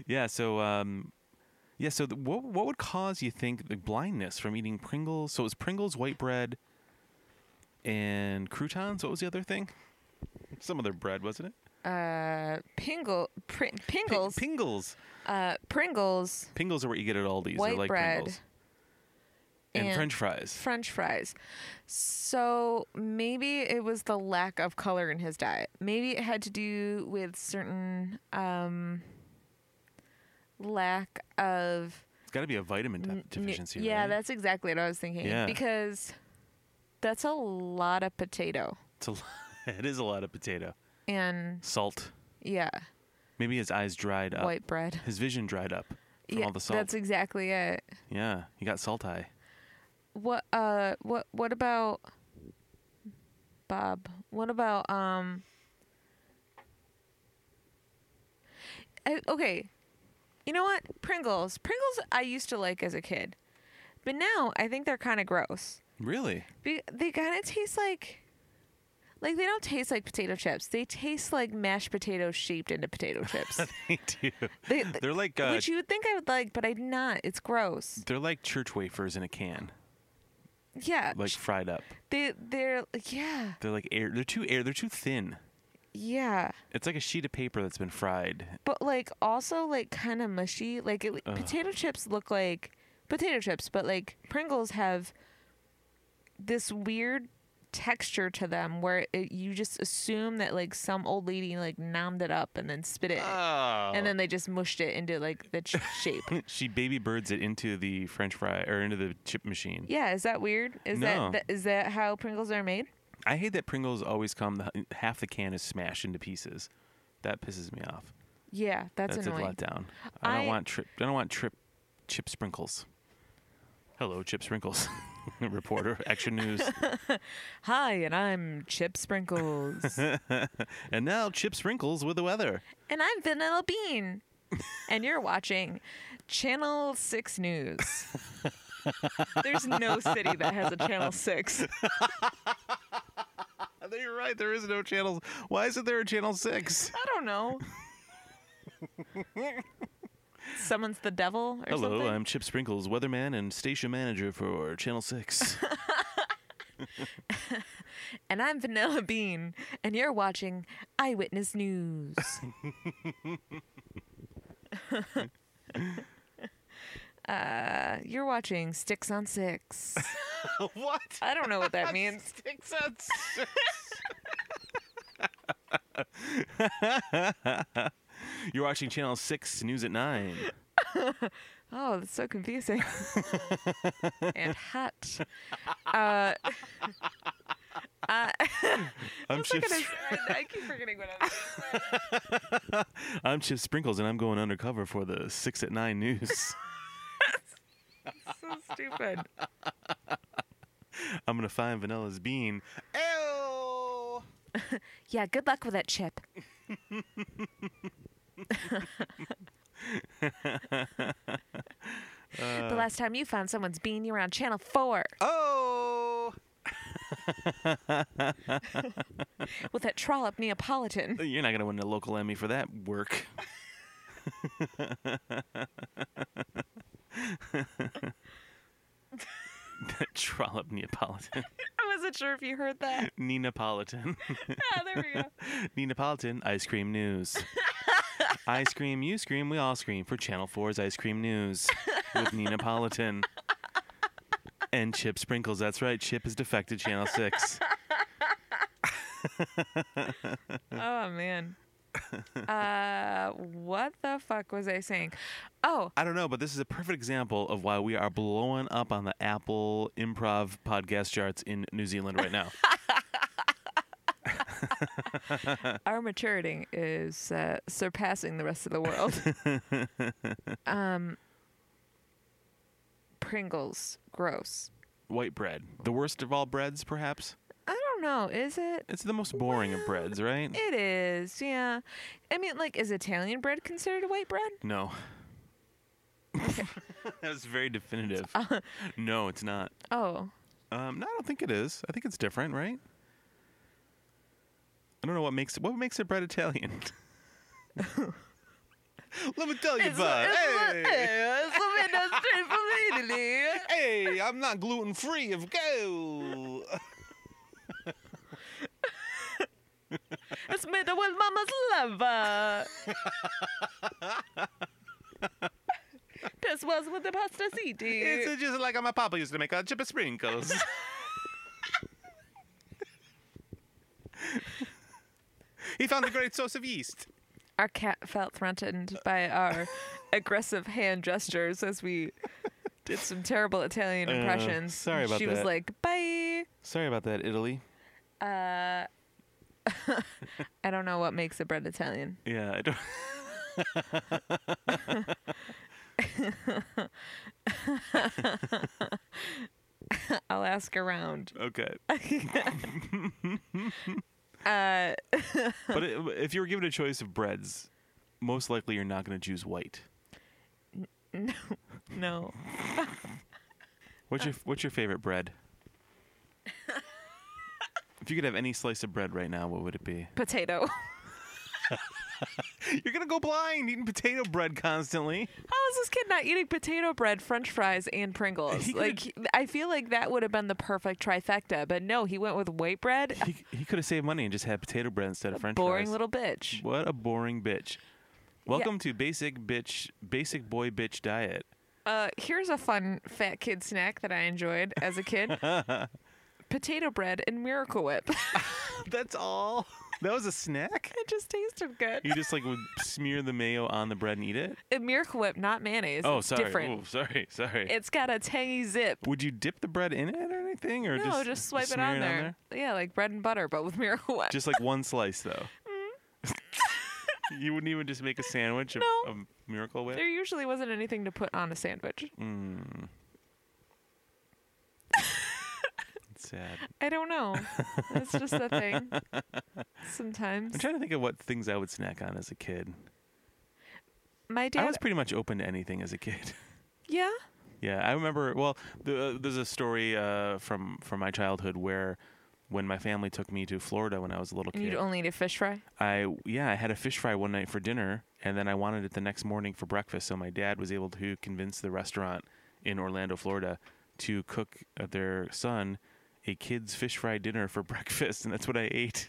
Yeah. So, um, yeah. So, th- what what would cause you think the blindness from eating Pringles? So it was Pringles, white bread, and croutons. What was the other thing? Some other bread, wasn't it? [LAUGHS] uh, Pingle, pr- Pringles, Pringles. Pringles. uh, Pringles, Pringles are what you get at Aldi's. They're White like bread Pringles. And, and French fries. French fries. So maybe it was the lack of color in his diet. Maybe it had to do with certain um, lack of. It's got to be a vitamin de- n- nu- deficiency. yeah, right? that's exactly what I was thinking. Yeah. Because that's a lot of potato. It's a lo- [LAUGHS] it is a lot of potato. And Salt. yeah, Maybe his eyes dried up. white bread. His vision dried up from yeah, all the salt. That's exactly it. yeah, he got salt eye. What uh what what about Bob? What about um I, okay. You know what? Pringles. Pringles I used to like as a kid. But now I think they're kind of gross. Really? [LAUGHS] Be- they kind of taste like like they don't taste like potato chips. They taste like mashed potatoes shaped into [LAUGHS] potato chips. they do. They, They're like uh, which you would think I would like, but I'm not. It's gross. they're like church wafers in a can, Yeah. like fried up. they they're yeah. They're like air. They're too air. They're too thin. Yeah. It's like a sheet of paper that's been fried. But like also like kind of mushy. Like it, Ugh. potato chips look like potato chips, but like Pringles have this weird texture to them where it, you just assume that like some old lady like nommed it up and then spit it. Oh. And then they just mushed it into like the ch- shape. [LAUGHS] she baby birds it into the French fry or into the chip machine. Yeah, is that weird? Is No. that that is that how Pringles are made? I hate that Pringles always come. The, half the can is smashed into pieces. That pisses me off. Yeah, that's, That's, annoying. a letdown. I, don't I- want trip. I don't want trip. Chip sprinkles. Hello, chip sprinkles. [LAUGHS] Reporter, [LAUGHS] Action News. Hi, and I'm Chip [LAUGHS] Sprinkles. and now chip sprinkles with the weather. And I'm Vanilla Bean. and you're watching Channel 6 News. There's no city that has a Channel 6. [LAUGHS] I think you're right. There is no channel. Why isn't there a channel six? I don't know. Someone's the devil or Hello, something. I'm Chip Sprinkles, weatherman and station manager for Channel [LAUGHS] Six. and I'm Vanilla Bean. And you're watching Eyewitness [LAUGHS] News. uh, you're watching Sticks on Six. what? I don't know what that means. Six on six. You're watching Channel Six News at nine. Oh, that's so confusing. and hot. I'm What's that Chip. gonna Spr- say? I keep forgetting what I'm I'm Chip Sprinkles, and I'm going undercover for the Six at Nine News. [LAUGHS] so stupid. I'm gonna find Vanilla's bean. Ew. Yeah, good luck with that chip. the last time you found someone's bean, you were on Channel 4 Oh. with that trollop [LAUGHS] Neapolitan. You're not gonna win a local Emmy for that work. [LAUGHS] that trollop Neapolitan. [LAUGHS] I wasn't sure if you heard that. Neapolitan. Ah, there we go. Neapolitan ice cream news. ice cream, you scream, we all scream for Channel 4's Ice Cream News with Neapolitan. And Chip Sprinkles. That's right. Chip has defected Channel 6. Oh, man. uh, what the fuck was I saying? Oh, I don't know, but this is a perfect example of why we are blowing up on the Apple improv podcast charts in New Zealand right now. our maturity is uh, surpassing the rest of the [LAUGHS] world. um, Pringles, gross. White bread, the worst of all breads, perhaps. I don't know. Is it? It's the most boring of breads, right? It is. Yeah. I mean, like, is Italian bread considered white bread? No. [LAUGHS] that was very definitive. no, it's not. Oh, Um, no, I don't think it is. I think it's different, right? I don't know what makes it. What makes it bread Italian? [LAUGHS] Let me tell you, It's- bud. it's- Hey, it's Slovenia straight from Italy. hey, I'm not gluten free. [LAUGHS] Of go. It's made with mama's lover. [LAUGHS] this was with the pasta city. It's just like my papa used to make a chip [LAUGHS] of sprinkles. he found a great source of yeast. Our cat felt Uh. threatened by our [LAUGHS] aggressive hand gestures as we did some terrible Italian Uh, impressions. sorry about she was that. like, "Bye." Sorry about that, Italy. Uh, I don't know what makes a bread Italian. Yeah, I don't. [LAUGHS] I'll ask [LAUGHS] around. [LAUGHS] Okay. Uh, but it, if you were given a choice of breads, most likely you're not going to choose white. no. What's your What's your favorite [LAUGHS] bread? if you could have any slice of bread right now, what would it be? Potato. [LAUGHS] You're gonna go blind eating potato bread constantly. How is this kid not eating potato bread, French fries, and Pringles? He like, could- he- I feel like that would have been the perfect trifecta, but no, he went with white bread. He, he could have saved money and just had potato bread instead of French Boring fries. little bitch. What a boring bitch. Welcome to basic bitch, basic boy bitch diet. Uh, here's a fun fat kid snack that I enjoyed as a [LAUGHS] kid: potato bread and Miracle Whip. [LAUGHS] That's all. That was a snack. it just tasted good. You just like would smear the mayo on the bread and eat it. And Miracle Whip, not mayonnaise. Oh, it's sorry. Different. Ooh, sorry, sorry. It's got a tangy zip. Would you dip the bread in it or anything, or no, just just, swipe it smear on there. Yeah, like bread and butter, but with [LAUGHS] Miracle Whip. Just like one slice, though. [LAUGHS] you wouldn't even just make a sandwich of, Mm-hmm. No. of Miracle Whip. there usually wasn't anything to put on a sandwich. Mm. It's sad. I don't know. That's just a [LAUGHS] thing. Sometimes I'm trying to think of what things I would snack on as a kid. my I dad. was pretty much open to anything as a kid. [LAUGHS] yeah. Yeah, I remember. Well, the, uh, there's a story uh, from from my childhood where, when my family took me to Florida when I was a little And kid, you'd only eat a fish fry. I yeah, I had a fish fry one night for dinner, and then I wanted it the next morning for breakfast. So my dad was able to convince the restaurant in Orlando, Florida, to cook uh, their son a kid's fish fry dinner for [LAUGHS] breakfast, and that's what I ate.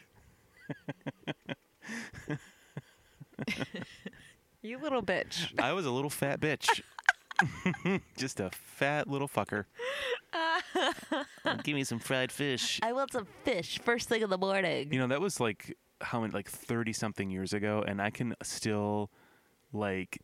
You little bitch. I was a little fat bitch, [LAUGHS] just a fat little fucker. Give me some fried fish. I want some fish first thing in the morning. You know, that was like how many, like 30 something years ago, and I can still like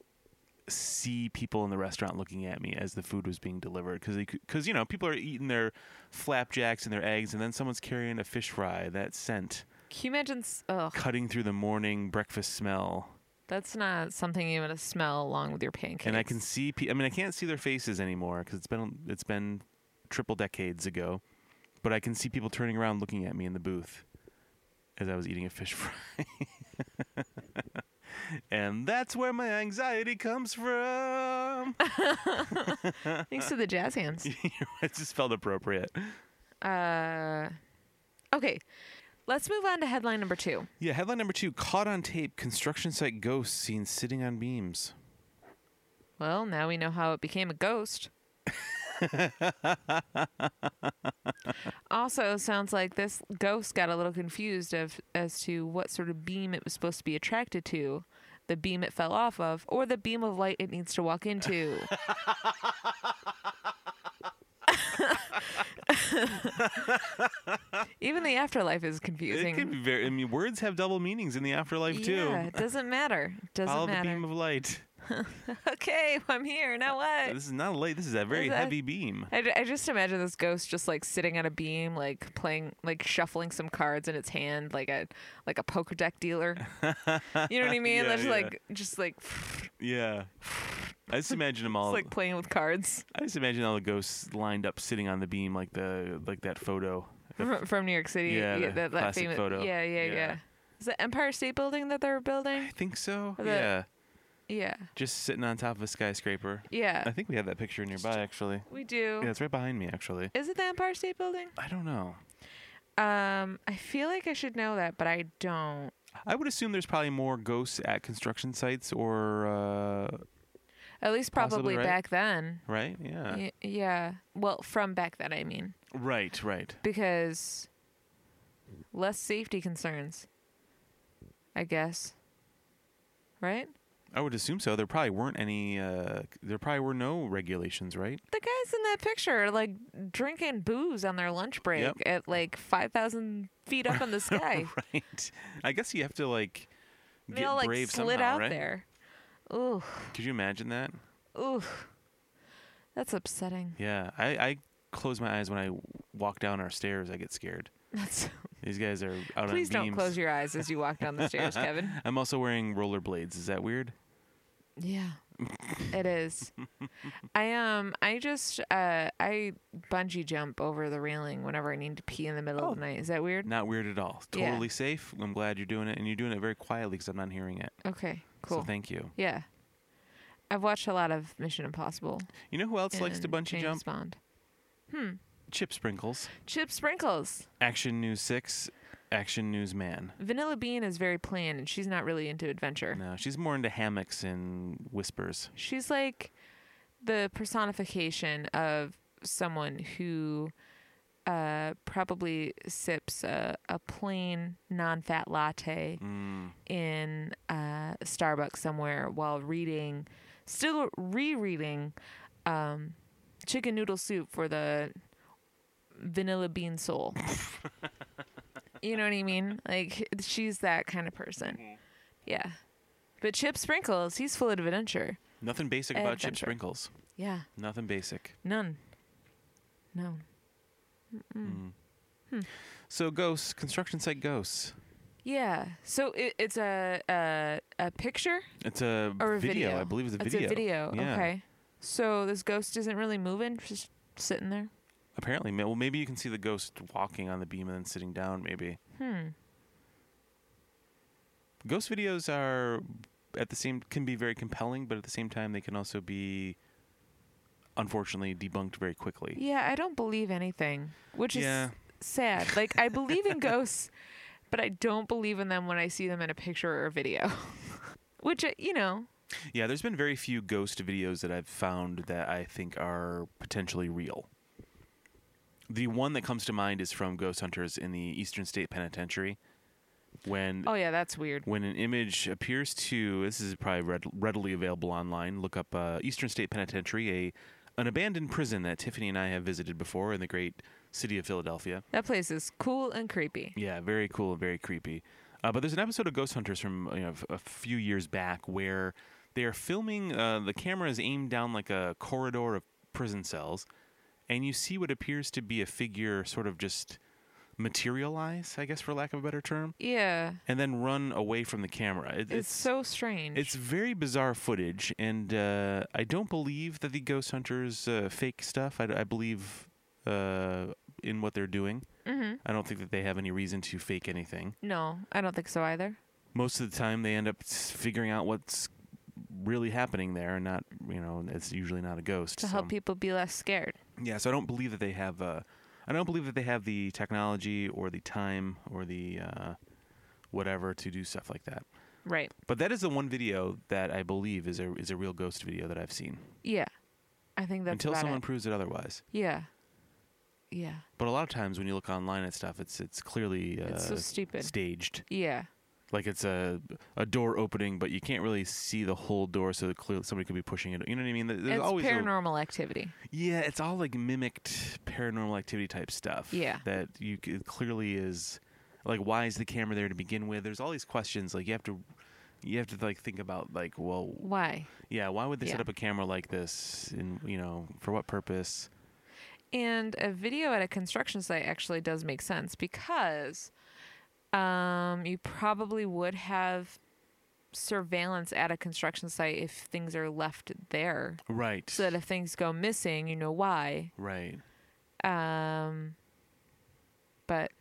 see people in the restaurant looking at me as the food was being delivered because because you know people are eating their flapjacks and their eggs and then someone's carrying a fish fry that scent Can you imagine? s- Ugh, cutting through the morning breakfast smell that's not something you want to smell along with your pancakes. and [LAUGHS] i can see pe- i mean i can't see their faces anymore because it's been it's been triple decades ago but i can see people turning around looking at me in the booth as i was eating a fish [LAUGHS] fry and that's where my anxiety comes from [LAUGHS] Thanks to the jazz hands. it just felt appropriate Uh, okay, let's move on to headline number two. yeah headline number two caught on tape construction site ghost seen sitting on beams Well, now we know how it became a ghost. also, sounds like this ghost got a little confused of as to what sort of beam it was supposed to be attracted to, the beam it fell off of, or the beam of light it needs to walk into. Even the afterlife is confusing. It can be very. I mean, words have double meanings in the afterlife too. yeah, it doesn't matter. It doesn't Follow matter. the beam of light. okay, [LAUGHS] I'm here. Now what? This is not a light. This is a very Is that- heavy beam. I, I just imagine this ghost just like sitting on a beam, like playing, like shuffling some cards in its hand, like a like a poker deck dealer. You [LAUGHS] know what I mean? Yeah, That's yeah. like just like [LAUGHS] Yeah. I just imagine them all. it's like playing with [LAUGHS] cards I just imagine all the ghosts lined up sitting on the beam like the like that photo. from, from New York City. Yeah, the that, that classic famous. photo. Yeah, yeah, Yeah. yeah, Is the Empire State Building that they're I building? think so. Or the- yeah. Yeah, Just sitting on top of a skyscraper. I yeah. think we have that picture nearby actually. We do. Yeah, it's right behind me actually. Is it the Empire State Building? I don't know. Um, I feel like I should know that, but I don't. I would assume there's probably more ghosts at construction sites or uh, At least Possibly, probably right? back then. right? Yeah. Y- yeah. Well, from back then, I mean. Right, right. because less safety concerns i guess right I would assume so. There probably weren't any uh, there probably were no regulations, right? the guys in that picture are like drinking booze on their lunch break Yep. at like 5000 feet up in the sky [LAUGHS] right. I guess you have to like they get all like brave slid somehow, out right? there ooh Could you imagine that? ooh that's upsetting Yeah, I, I close my eyes when I walk down our stairs. I get scared. that's These guys are out please on don't beams. close your eyes as you walk down the [LAUGHS] stairs kevin I'm also wearing rollerblades. Is that weird? [LAUGHS] Yeah. it is. I um I just uh I bungee jump over the railing whenever I need to pee in the middle Oh. of the night. Is that weird? Not weird at all. Yeah. Totally safe. I'm glad you're doing it, and you're doing it very quietly because I'm not hearing it. Okay. Cool. So thank you. yeah. I've watched a lot of Mission Impossible. You know who else likes to and bungee James jump? Bond. Chip Sprinkles. Chip Sprinkles. Action News Six. Action News Man. Vanilla Bean is very plain and she's not really into adventure. No, she's more into hammocks and whispers. She's like the personification of someone who uh, probably sips a, a plain non fat latte in uh, Starbucks somewhere while reading, still rereading um, Chicken Noodle Soup for the Vanilla Bean Soul. you know what I mean? Like, she's that kind of person. Yeah. But Chip Sprinkles, he's full of adventure. Nothing basic about Chip Adventure. Sprinkles. Yeah. Nothing basic. None. No. So ghosts, construction site ghosts. Yeah. So it, it's a, a a picture It's a, or a video. video. I believe it's a It's video. a video. Yeah. Okay. So this ghost isn't really moving, just sitting there. Apparently, ma- well, maybe you can see the ghost walking on the beam and then sitting down. Maybe Hmm. ghost videos are at the same can be very compelling, but at the same time they can also be unfortunately debunked very quickly. Yeah, I don't believe anything, which Yeah. is sad. Like I believe [LAUGHS] in ghosts, but I don't believe in them when I see them in a picture or a video. [LAUGHS] which uh, you know, Yeah, there's been very few ghost videos that I've found that I think are potentially real. The one that comes to mind is from ghost hunters in the Eastern State Penitentiary when oh yeah, that's weird. when an image appears to this is probably read, readily available online look up uh, eastern state penitentiary a an abandoned prison that tiffany and i have visited before in the great city of philadelphia That place is cool and creepy. yeah very cool and very creepy uh, but there's an episode of ghost hunters from you know, f- a few years back where they are filming uh, the camera is aimed down like a corridor of prison cells and you see what appears to be a figure sort of just materialize i guess for lack of a better term Yeah. and then run away from the camera It- It's, so strange. it's very bizarre footage, and uh, I don't believe that the ghost hunters uh, fake stuff. I, I believe uh, in what they're doing. Mhm. I don't think that they have any reason to fake anything. no, I don't think so either. Most of the time, they end up s- figuring out what's really happening there, and not you know it's usually not a ghost. To so. help people be less scared. Yeah, so I don't believe that they have. Uh, I don't believe that they have the technology or the time or the uh, whatever to do stuff like that. Right. But that is the one video that I believe is a is a real ghost video that I've seen. Yeah. I think that's until about someone it. proves it otherwise. yeah. Yeah. But a lot of times when you look online at stuff, it's it's clearly uh, It's so stupid. staged. Yeah. like it's a a door opening, but you can't really see the whole door, so clearly somebody could be pushing it. You know what I mean? There- There's it's always a- paranormal activity. yeah, it's all like mimicked paranormal activity type stuff. Yeah. that you c- it clearly is like why is the camera there to begin with? There's all these questions like you have to you have to like think about like well Why? yeah why would they set Yeah. up a camera like this and you know for what purpose? And a video at a construction site actually does make sense because um, you probably would have surveillance at a construction site if things are left there. Right. So that if things go missing, you know why. right. Um, but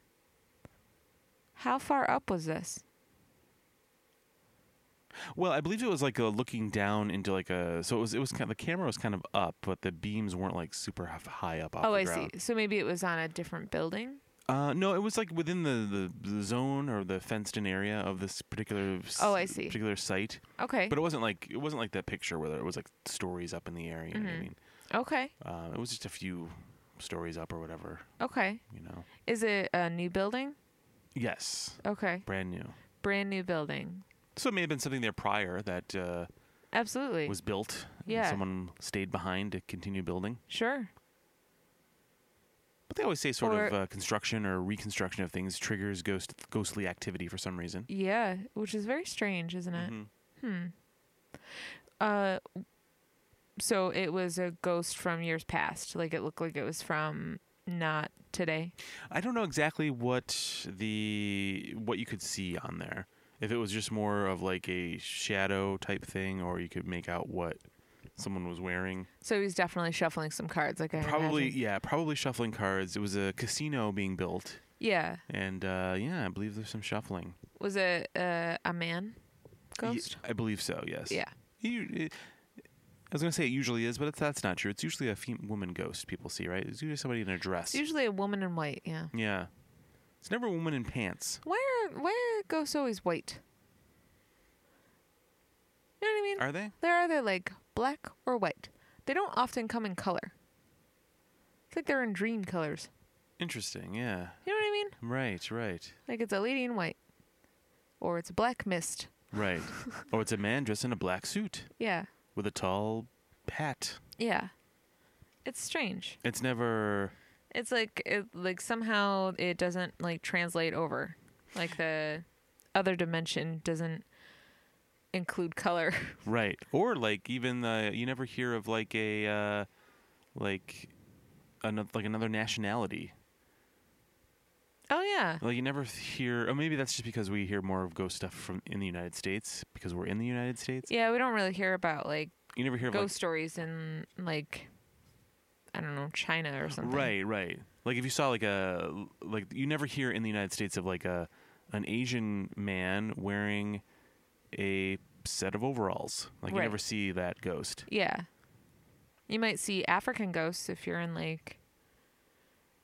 how far up was this? Well, I believe it was like a looking down into like a so it was it was kind of the camera was kind of up, but the beams weren't like super h- high up off oh, the I ground. see. So maybe it was on a different building. Uh, no, it was like within the, the, the zone or the fenced in area of this particular s- Oh, I see. Eh. particular site. Okay. But it wasn't like it wasn't like that picture where it was like stories up in the air. You know what I Mhm. mean? okay. Uh, it was just a few stories up or whatever. Okay. You know? Is it a new building? Yes, Okay. brand new. Brand new building. So it may have been something there prior that uh, Absolutely. was built. and Yeah. someone stayed behind to continue building. sure. But they always say sort of Or- uh, construction or reconstruction of things triggers ghost ghostly activity for some reason. Yeah, which is very strange, isn't it? Mhm. Uh so it was a ghost from years past. Like it looked like it was from not today. I don't know exactly what the what you could see on there. If it was just more of like a shadow type thing, or you could make out what someone was wearing. So he's definitely shuffling some cards like I probably, imagine. yeah, probably shuffling cards. It was a casino being built, Yeah. and uh, yeah, I believe there's some shuffling. Was it uh, a man Ye- ghost? I believe so. Yes. Yeah. You, it, I was gonna say it usually is, but it's, that's not true. It's usually a fem- woman ghost people see, right? It's usually somebody in a dress. It's usually a woman in white, yeah. yeah. It's never a woman in pants. Why are why are ghosts always white? You know what I mean? Are they? They're either like black or white. They don't often come in color. It's like they're in dream colors. Interesting. Yeah. You know what I mean? Right. Right. Like it's a lady in white. Or it's a black mist. Right. or it's a man dressed in a black suit Yeah. with a tall hat. Yeah. It's strange. It's never. It's like it like somehow it doesn't like translate over. Like the other dimension doesn't include color. [LAUGHS] Right. Or like even the you never hear of like a uh like another like another nationality. oh yeah. Like you never hear or maybe that's just because we hear more of ghost stuff from in the United States because we're in the United States. Yeah, we don't really hear about like You never hear of ghost stories in like I don't know, China or like something. Right, right. Like if you saw like a like you never hear in the United States of like a an Asian man wearing a set of overalls. Like you Right. never see that ghost. Yeah. You might see African ghosts if you're in like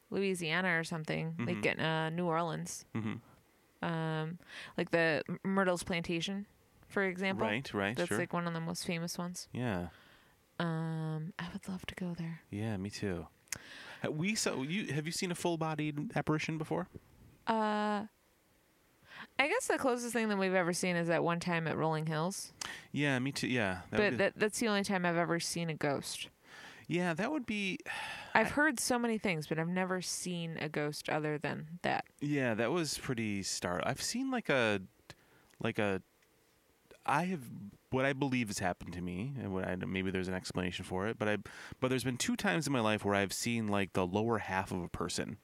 Louisiana or something, Mhm. like in uh, New Orleans, Mm-hmm. um, like the M- Myrtle's Plantation, for example. Right, right, That's sure. like one of the most famous ones. yeah, Um, I would love to go there. yeah, me too. Ha- We saw you. Have you seen a full-bodied apparition before? Uh, I guess the closest thing that we've ever seen is that one time at Rolling Hills, Yeah, me too. Yeah, that would but be- that, that's the only time I've ever seen a ghost. yeah, that would be. I've heard so many things, but I've never seen a ghost other than that. Yeah, that was pretty star. I've seen like a, like a, I have what I believe has happened to me, and what I, maybe there's an explanation for it, but I, but there's been two times in my life where I've seen like the lower half of a person.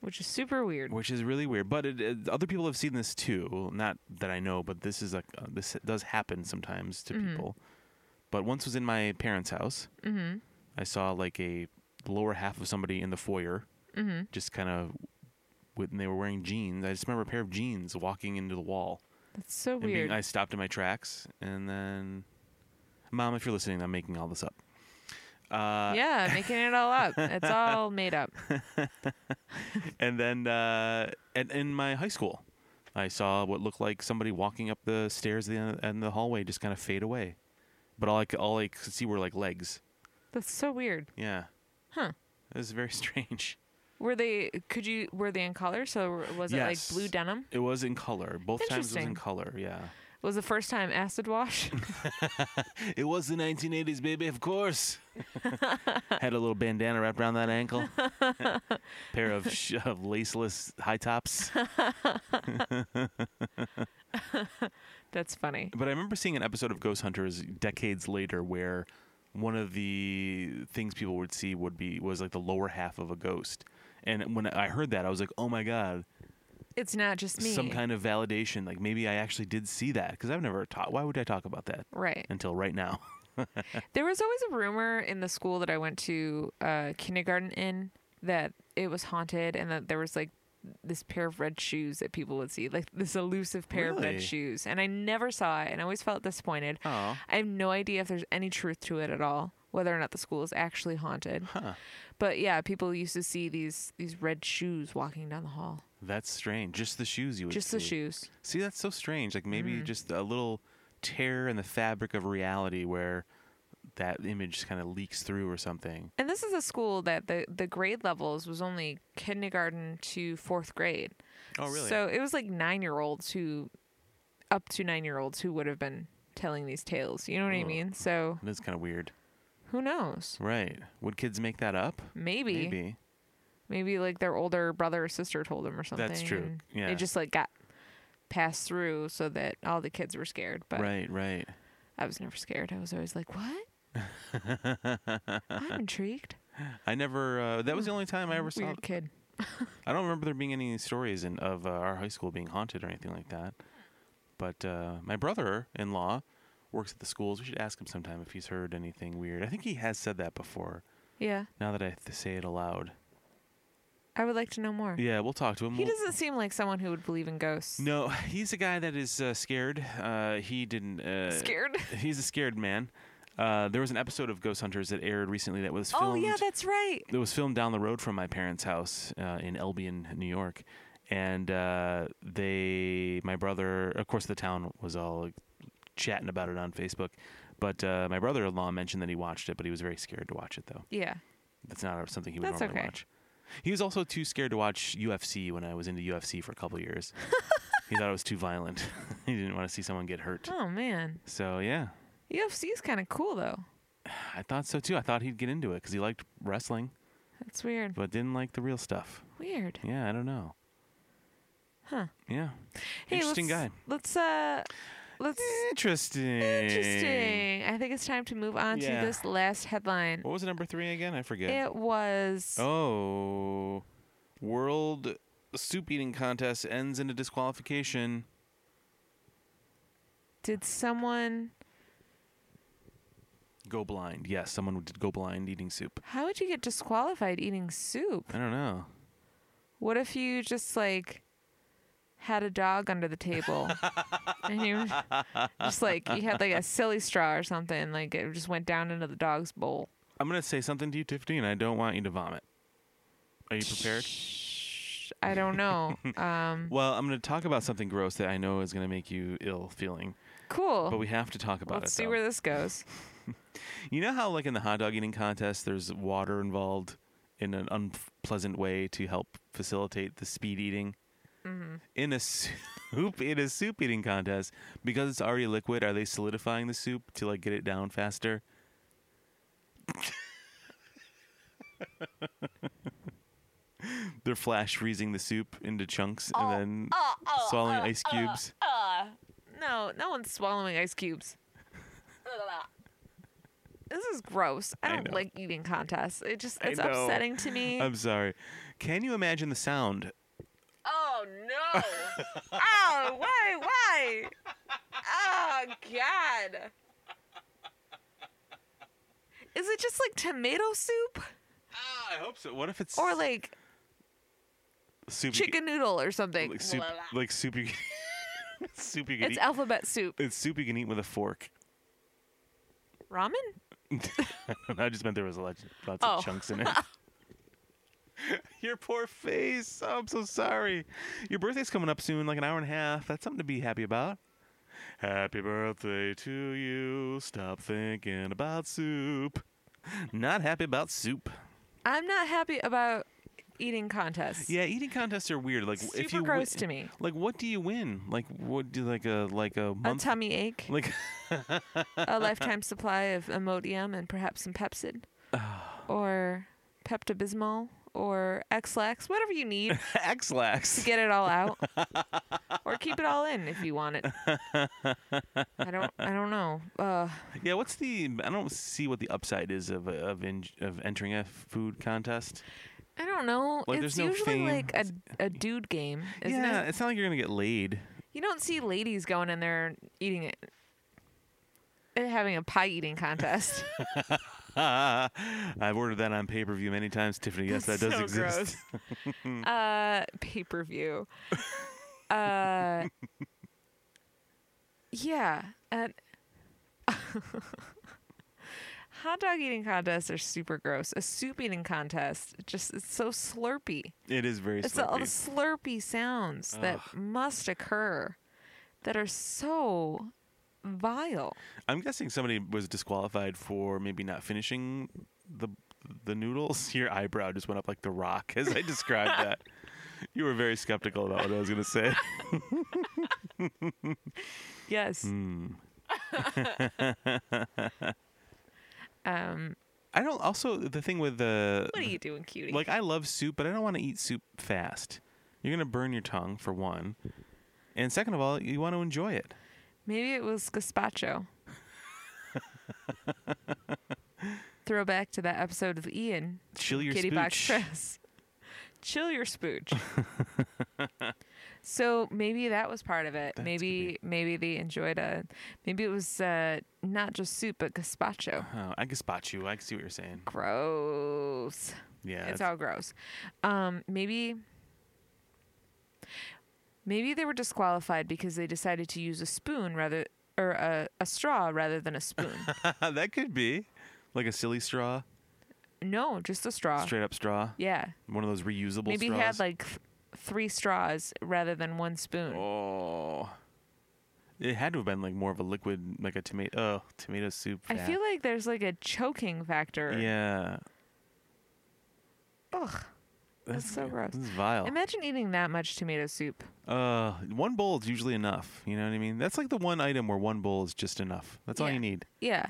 Which is super weird. which is really weird. But it, it, other people have seen this too. Not that I know, but this is like uh, this does happen sometimes to Mhm. people. But once was in my parents' house. Mm-hmm. I saw like a lower half of somebody in the foyer, Mm-hmm. just kind of when they were wearing jeans. I just remember a pair of jeans walking into the wall. That's so And being- weird. I stopped in my tracks, and then, Mom, if you're listening, I'm making all this up. Uh, yeah, making it all up. It's [LAUGHS] all made up. and then uh, and in my high school, I saw what looked like somebody walking up the stairs and the, and the hallway just kind of fade away. But all I c- all I could see were like legs. That's so weird. Yeah, Huh. it was very [LAUGHS] strange. Were they? Could you? Were they in color? So was it like Yes. blue denim? It was in color. Both times it was in Interesting. color. Yeah. Was the first time acid [LAUGHS] wash? It was the 1980s, baby. [LAUGHS] Of course. Had a little bandana wrapped around that ankle. Pair of, sh- of laceless [LAUGHS] high tops. That's funny. But I remember seeing an episode of Ghost Hunters decades later where one of the things people would see would be was like the lower half of a ghost. And when I heard that, I was like, "Oh my god, It's not just me. some kind of validation. Like maybe I actually did see that because I've never taught. Why would I talk about that right. until right now? [LAUGHS] There was always a rumor in the school that I went to uh, kindergarten in that it was haunted and that there was like this pair of red shoes that people would see, like this elusive pair of Really? red shoes. And I never saw it and I always felt disappointed. Oh, I have no idea if there's any truth to it at all, whether or not the school is actually haunted. Huh. But yeah, people used to see these these red shoes walking down the hall. that's strange. Just the shoes you would Just the see. shoes. Mm-hmm. See, that's so strange. Like maybe just a little tear in the fabric of reality where that image kind of leaks through or something. And this is a school that the the grade levels was only kindergarten to fourth grade. Oh, really? So it was like nine year olds who, up to nine year olds who would have been telling these tales. You know what I Ugh. mean? So That's kind of weird. who knows? Right. Would kids make that up? Maybe, maybe, Maybe. like their older brother or sister told them or something. That's true. and Yeah. It just like got passed through so that all the kids were scared. But Right, right. I was never scared. I was always like, what? [LAUGHS] I'm intrigued. I never, uh, that was the only time I ever saw Weird kid. I don't remember there being any stories in, of uh, our high school being haunted or anything like that. But uh, my brother-in-law works at the schools. We should ask him sometime if he's heard anything weird. I think he has said that before. Yeah. Now that I th- say it aloud, I would like to know more. yeah, we'll talk to him. He We'll- doesn't seem like someone who would believe in ghosts. [LAUGHS] No, he's a guy that is uh, scared. Uh, he didn't. Uh, Scared? [LAUGHS] He's a scared man. Uh, there was an episode of Ghost Hunters that aired recently that was Oh, filmed. yeah, that's right. it was filmed down the road from my parents' house uh, in Albion, New York, and uh, they, my brother, of course, the town was all like, chatting about it on Facebook, but uh, my brother-in-law mentioned that he watched it, but he was very scared to watch it though. Yeah. That's not something he would That's normally okay. watch. He was also too scared to watch UFC when I was into UFC for a [LAUGHS] couple years. he thought it was too violent. [LAUGHS] he didn't want to see someone get hurt. Oh, man. So yeah, [SIGHS] UFC is kind of cool, though. I thought so too. I thought he'd get into it because he liked wrestling, That's weird. but didn't like the real stuff. Weird. Yeah, I don't know. Huh. Yeah. Hey, Interesting let's, guy. Let's uh let's Interesting. interesting. I think it's time to move on Yeah. Oh, to this last headline. What was number three again? I forget. It was oh, world soup eating contest ends in a disqualification. did someone Go blind. Yes, someone did go blind eating soup. how would you get disqualified eating soup? I don't know. What if you just like had a dog under the [LAUGHS] table and you just like you had like a silly straw or something like it just went down into the dog's bowl I'm gonna say something to you, Tiffany, and I don't want you to vomit. Are you prepared? Shh, i don't [LAUGHS] know um Well, I'm gonna talk about something gross that I know is gonna make you ill feeling, cool but we have to talk about let's it. see though. where this goes You know how, like in the hot dog eating contest, there's water involved in an unpleasant way to help facilitate the speed eating. Mm-hmm. In a soup, [LAUGHS] in a soup eating contest, because it's already liquid, are they solidifying the soup to like get it down faster? [LAUGHS] They're flash freezing the soup into chunks and Oh, then swallowing ice cubes. No, no one's swallowing ice [LAUGHS] cubes. this is gross. I I don't know. like eating contests. It just I it's know. upsetting to [LAUGHS] me. I'm sorry. Can you imagine the sound oh no. [LAUGHS] oh, why why? Oh god. Is it just like tomato soup Ah, I hope so. What if it's or like soup e- you chicken noodle or can- something? like soup, like soup you can- [LAUGHS] soup you can It's eat. alphabet soup. it's soup you can eat with a fork. [LAUGHS] Ramen? I just meant there was lots, lots Oh. of chunks [LAUGHS] in it. Your poor face. Oh, I'm so sorry. Your birthday's coming up soon, like an hour and a half. That's something to be happy about. Happy birthday to you. Stop thinking about soup. Not happy about soup. I'm not happy about eating contests. Yeah, eating contests are weird. Like if Super you gross wi- to me. Like what do you win? Like what do like a like a A month tummy [LAUGHS] ache, like a lifetime supply of Imodium and perhaps some [SIGHS] Pepsid, or Pepto Bismol, or X-Lax, whatever you need to X-Lax. get it all [LAUGHS] out, or keep it all in if you want it. I don't. I don't know. Uh, Yeah, what's the I don't see what the upside is of of en- of entering a food contest. I don't know. Like, there's it's no usually fame. like a a dude game, isn't yeah, it? it's not like you're going to get laid. [LAUGHS] You don't see ladies going in there and eating it, and having a pie eating contest. I've ordered that on pay-per-view many times, Tiffany. Yes, that does so exist. Gross. uh, [LAUGHS] pay per view. Uh, yeah. And [LAUGHS] hot dog eating contests are super gross. A soup eating contest, it just it's so slurpy. [LAUGHS] It is very It's all the slippery. slurpy sounds that must occur, that are so vile. I'm guessing somebody was disqualified for maybe not finishing the the noodles. [LAUGHS] Your eyebrow just went up like the rock as [LAUGHS] I described that. You were very skeptical about what I was going to say. Yes. um, I don't. Also, the thing with the what are you doing, cutie? like, I love soup, but I don't want to eat soup fast. You're going to burn your tongue for one, and second of all, you want to enjoy it. Maybe it was [LAUGHS] gazpacho. Throwback to that episode of Ian, Chill your Kitty Box spooch. Press. [LAUGHS] Chill your spooch. [LAUGHS] so maybe that was part of it. That's maybe maybe they enjoyed a. Maybe it was uh, not just soup, but gazpacho. Oh, I can spot you. I can see what you're saying. Gross. Yeah, it's that's- all gross. Um, maybe maybe they were disqualified because they decided to use a spoon rather or a, a straw rather than a spoon. [LAUGHS] that could be like a silly straw, no, just a straw. straight up straw. Yeah. One of those reusable Uh. maybe straws. he had like th- three straws rather than one spoon. Oh. It had to have been like more of a liquid, like a tomato, oh, tomato soup. I fat. feel like there's like a choking factor. Yeah. Ugh. That's so gross. This is vile. Imagine eating that much tomato soup. uh, one bowl is usually enough. You know what I mean? That's like the one item where one bowl is just enough. That's all Yeah. you need. Yeah.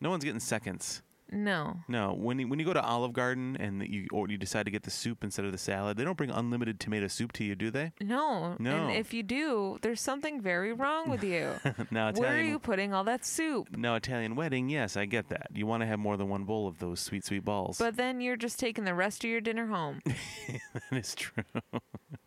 No one's getting seconds. No. No, when you, when you go to Olive Garden and that you or you decide to get the soup instead of the salad, they don't bring unlimited tomato soup to you, do they? [LAUGHS] No. No. And if you do, there's something very wrong with [LAUGHS] you. now Where are Italian, you putting all that soup? now Italian wedding, yes, I get that. You want to have more than one bowl of those sweet sweet balls. [LAUGHS] But then you're just taking the rest of your dinner home, that is true.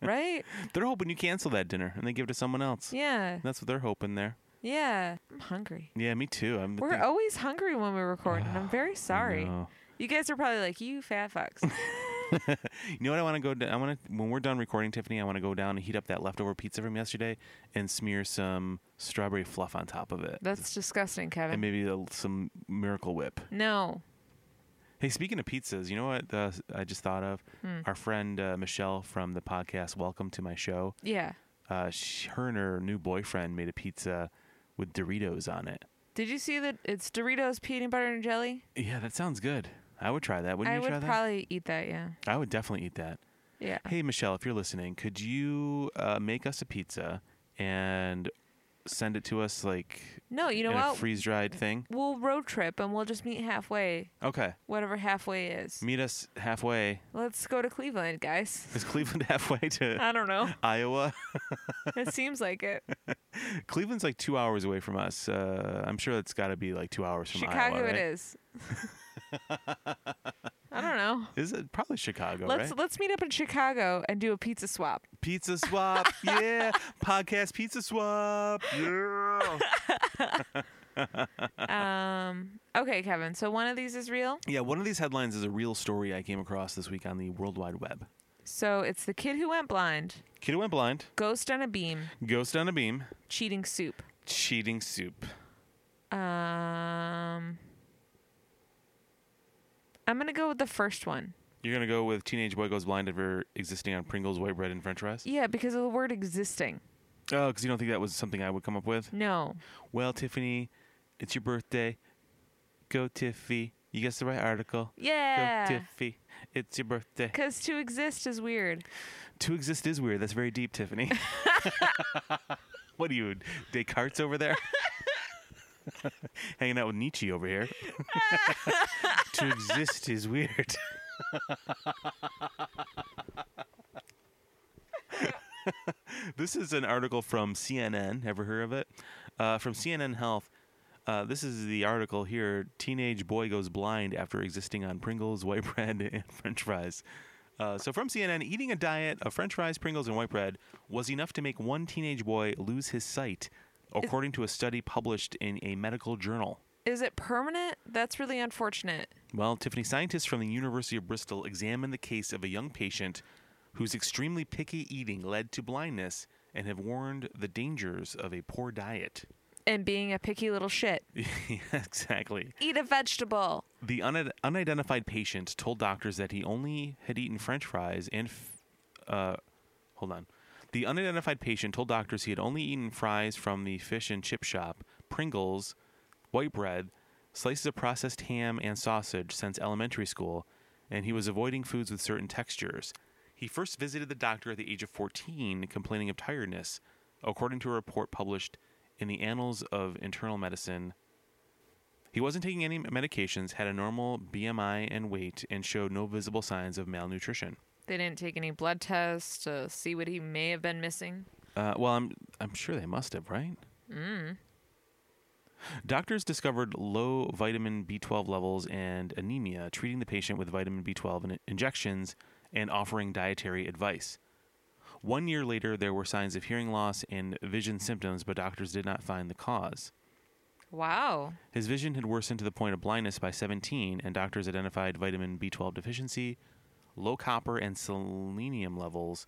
right? They're hoping you cancel that dinner and they give it to someone else. yeah. That's what they're hoping there. Yeah. I'm hungry. Yeah, me too. I'm We're thinking- always hungry when we record, and [SIGHS] I'm very sorry. know. You guys are probably like, you fat [LAUGHS] fucks. You know what I want to go down? I want to when we're done recording, Tiffany. I want to go down and heat up that leftover pizza from yesterday and smear some strawberry fluff on top of it, That's disgusting, and Kevin. maybe a, some Miracle Whip. No. Hey, speaking of pizzas, you know what uh, I just thought of? Hmm. Our friend uh, Michelle from the podcast Welcome to My Show. Yeah. Uh, she, her and her new boyfriend made a pizza with Doritos on it. Did you see that it's Doritos peanut butter and jelly? Yeah, that sounds good. I would try that. Wouldn't I you would try that? probably eat that, yeah. I would definitely eat that. [LAUGHS] Yeah. Hey, Michelle, if you're listening, could you uh, make us a pizza and send it to us like No, you know in a what? freeze dried thing? we'll road trip and we'll just meet halfway, Okay. whatever halfway is. Meet us halfway. Let's go to Cleveland, guys. [LAUGHS] Is Cleveland halfway to I don't [LAUGHS] know. Iowa? It seems like it. Cleveland's like two hours away from us. Uh, I'm sure it's got to be like two hours from Chicago Iowa. it right? is. I don't know. Is it probably Chicago, Let's right? let's meet up in Chicago and do a pizza swap. [LAUGHS] Pizza swap, yeah. Podcast pizza swap, yeah. Um okay, Kevin. So one of these is real. yeah, one of these headlines is a real story I came across this week on the World Wide Web. So it's the kid who went blind, Kid who went blind, ghost on a beam, ghost on a beam, cheating soup. cheating soup. Um I'm going to go with the first one. You're gonna go with teenage boy goes blind over existing on Pringles, white bread, and French fries. Yeah, because of the word existing. Oh, because you don't think that was something I would come up with. No. Well, Tiffany, it's your birthday. Go Tiffy, You guessed the right article. Go Yeah. Tiffy. It's your birthday. Because to exist is weird. To exist is weird. That's very deep, Tiffany. [LAUGHS] what are you, Descartes over there? [LAUGHS] Hanging out with Nietzsche over here. [LAUGHS] to exist is weird. this is an article from CNN. Ever heard of it? Uh, from CNN Health. Uh, this is the article here. Teenage boy goes blind after existing on Pringles, white [LAUGHS] bread, and French fries. Uh, so, from CNN, eating a diet of French fries, Pringles, and white bread was enough to make one teenage boy lose his sight, according to a study published in a medical journal. Is it permanent? That's really unfortunate. Well, Tiffany, scientists from the University of Bristol examined the case of a young patient whose extremely picky eating led to blindness and have warned the dangers of a poor diet. [LAUGHS] And being a picky little shit. Yeah, exactly. Eat a vegetable. The unid- unidentified patient told doctors that he only had eaten french fries and. F- uh, hold on. The unidentified patient told doctors he had only eaten fries from the fish and chip shop, Pringles, white bread, slices of processed ham and sausage since elementary school, and he was avoiding foods with certain textures. He first visited the doctor at the age of 14, complaining of tiredness, according to a report published in the Annals of Internal Medicine he wasn't taking any medications, had a normal BMI and weight, and showed no visible signs of malnutrition. They didn't take any blood tests to see what he may have been missing. Uh, well, I'm I'm sure they must have, right? Mm. Doctors discovered low vitamin B12 levels and anemia, treating the patient with vitamin B12 in- injections and offering dietary advice. One year later, there were signs of hearing loss and vision symptoms, but doctors did not find the cause. Wow. His vision had worsened to the point of blindness by 17, and doctors identified vitamin B12 deficiency, low copper and selenium levels,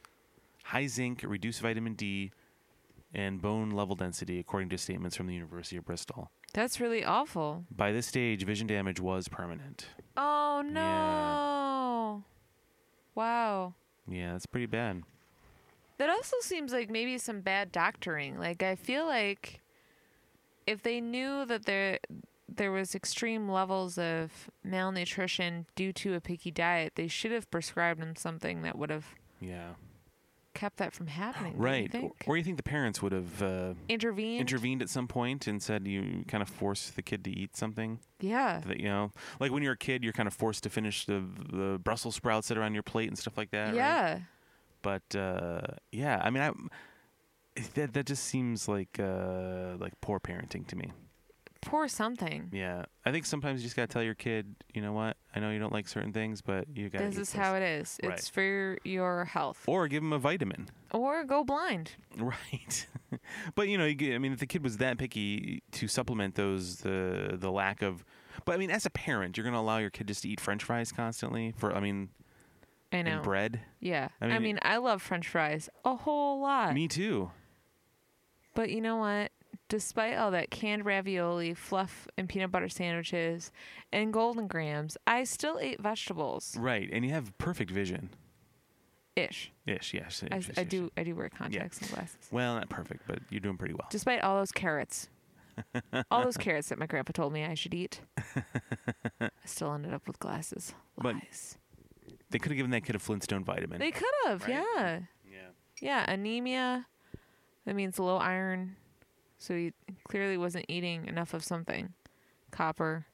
high zinc, reduced vitamin D, and bone level density, according to statements from the University of Bristol. That's really awful. By this stage, vision damage was permanent. Oh no. Wow. Yeah, that's pretty bad. That also seems like maybe some bad doctoring. Like I feel like if they knew that there there was extreme levels of malnutrition due to a picky diet, they should have prescribed him something that would have Yeah. kept that from happening. don't you Right. Or- think? Or you think the parents would have uh, intervened. intervened at some point and said you kind of forced the kid to eat something? yeah. that you know like when you're a kid you're kind of forced to finish the the brussels sprouts that are on your plate and stuff like that right? yeah. but uh yeah i mean i that that just seems like uh like poor parenting to me Pour something. yeah i think sometimes you just gotta tell your kid you know what i know you don't like certain things but you gotta This eat is how it is. Right. It's for your health. or give him a vitamin [LAUGHS] Or go blind. Right, [LAUGHS] but you know, you g- I mean, if the kid was that picky to supplement those the the lack of, but I mean, as a parent, you're going to allow your kid just to eat French fries constantly for, I mean, I know. and bread. Yeah. I I mean, mean, it- I, love french fries a whole lot. Me too. But you know what? Despite all that canned ravioli, fluff, and peanut butter sandwiches, and golden grams, I still ate vegetables. Right, and you have perfect vision. Ish. Ish, yes. I, ish, ish, I ish, do. ish. I do wear contacts and glasses. Well, not perfect, but you're doing pretty well. Despite all those [LAUGHS] carrots, all those carrots that my grandpa told me I should eat, I still ended up with glasses. But- Lies. they could have given that kid a Flintstone vitamin. they could have. Right? Yeah. yeah. Yeah. Anemia. That means low iron. So he clearly wasn't eating enough of something. Copper.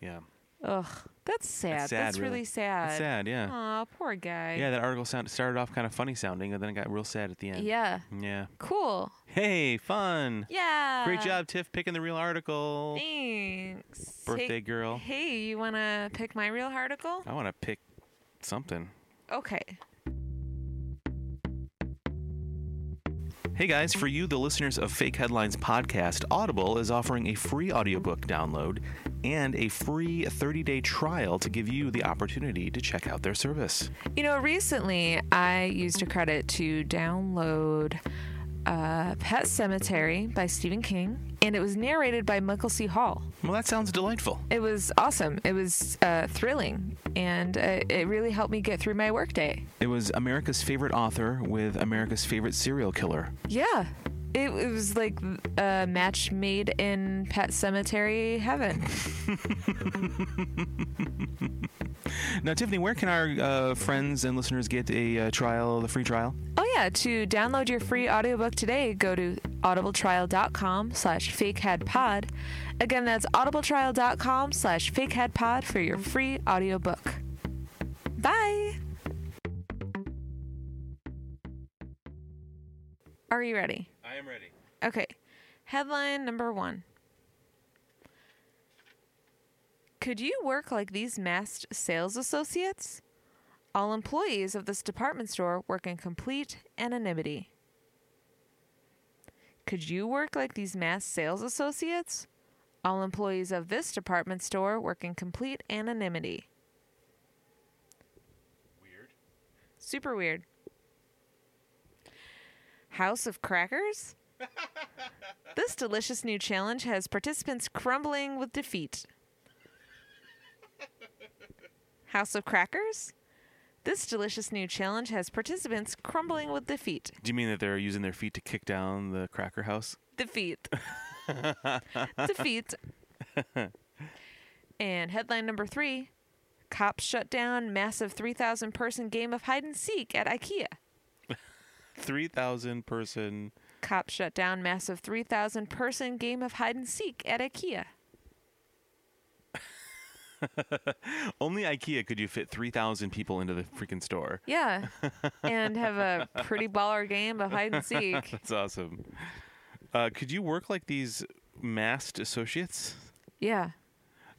Yeah. Ugh, that's sad. That's, sad, really. really, sad. Oh That's sad, yeah. Aw, poor guy. yeah, that article sound, started off kind of funny sounding, and then it got real sad at the end. Yeah. Yeah. Cool. Hey, fun. Yeah. Great job, Tiff, picking the real article. Thanks. Birthday Hey- girl. Hey, you wanna pick my real article? I want to pick something. Okay. Hey guys, for you, the listeners of Fake Headlines Podcast, Audible is offering a free audiobook download and a free 30 day trial to give you the opportunity to check out their service. You know, recently I used a credit to download uh, Pet Cemetery by Stephen King, and it was narrated by Michael C. Hall. Well, that sounds delightful. It was awesome. It was uh, thrilling, and uh, it really helped me get through my workday. It was America's favorite author with America's favorite serial killer. Yeah, It, it was like a match made in Pet Cemetery heaven. Now, Tiffany, where can our uh, friends and listeners get a uh, trial, the free trial? Oh yeah, to download your free audiobook today, go to audibletrial.com slash fakeheadpod. Again, that's audibletrial.com slash fakeheadpod for your free audiobook. Bye! Are you ready? I am ready. Okay. Headline number one. Could you work like these masked sales associates? All employees of this department store work in complete anonymity. Could you work like these masked sales associates? All employees of this department store work in complete anonymity. Weird. Super weird. House of Crackers? this delicious new challenge has participants crumbling with defeat. House of Crackers? This delicious new challenge has participants crumbling with defeat. Do you mean that they're using their feet to kick down the cracker house? Defeat. defeat. and headline number three Cops shut down massive 3,000 person game of hide and seek at IKEA. 3,000 person. Cops shut down massive 3,000 person game of hide and seek at IKEA. Only IKEA could you fit 3,000 people into the freaking store. [LAUGHS] Yeah. and have a pretty baller game of hide and seek. That's awesome. Uh, could you work like these masked associates? Yeah.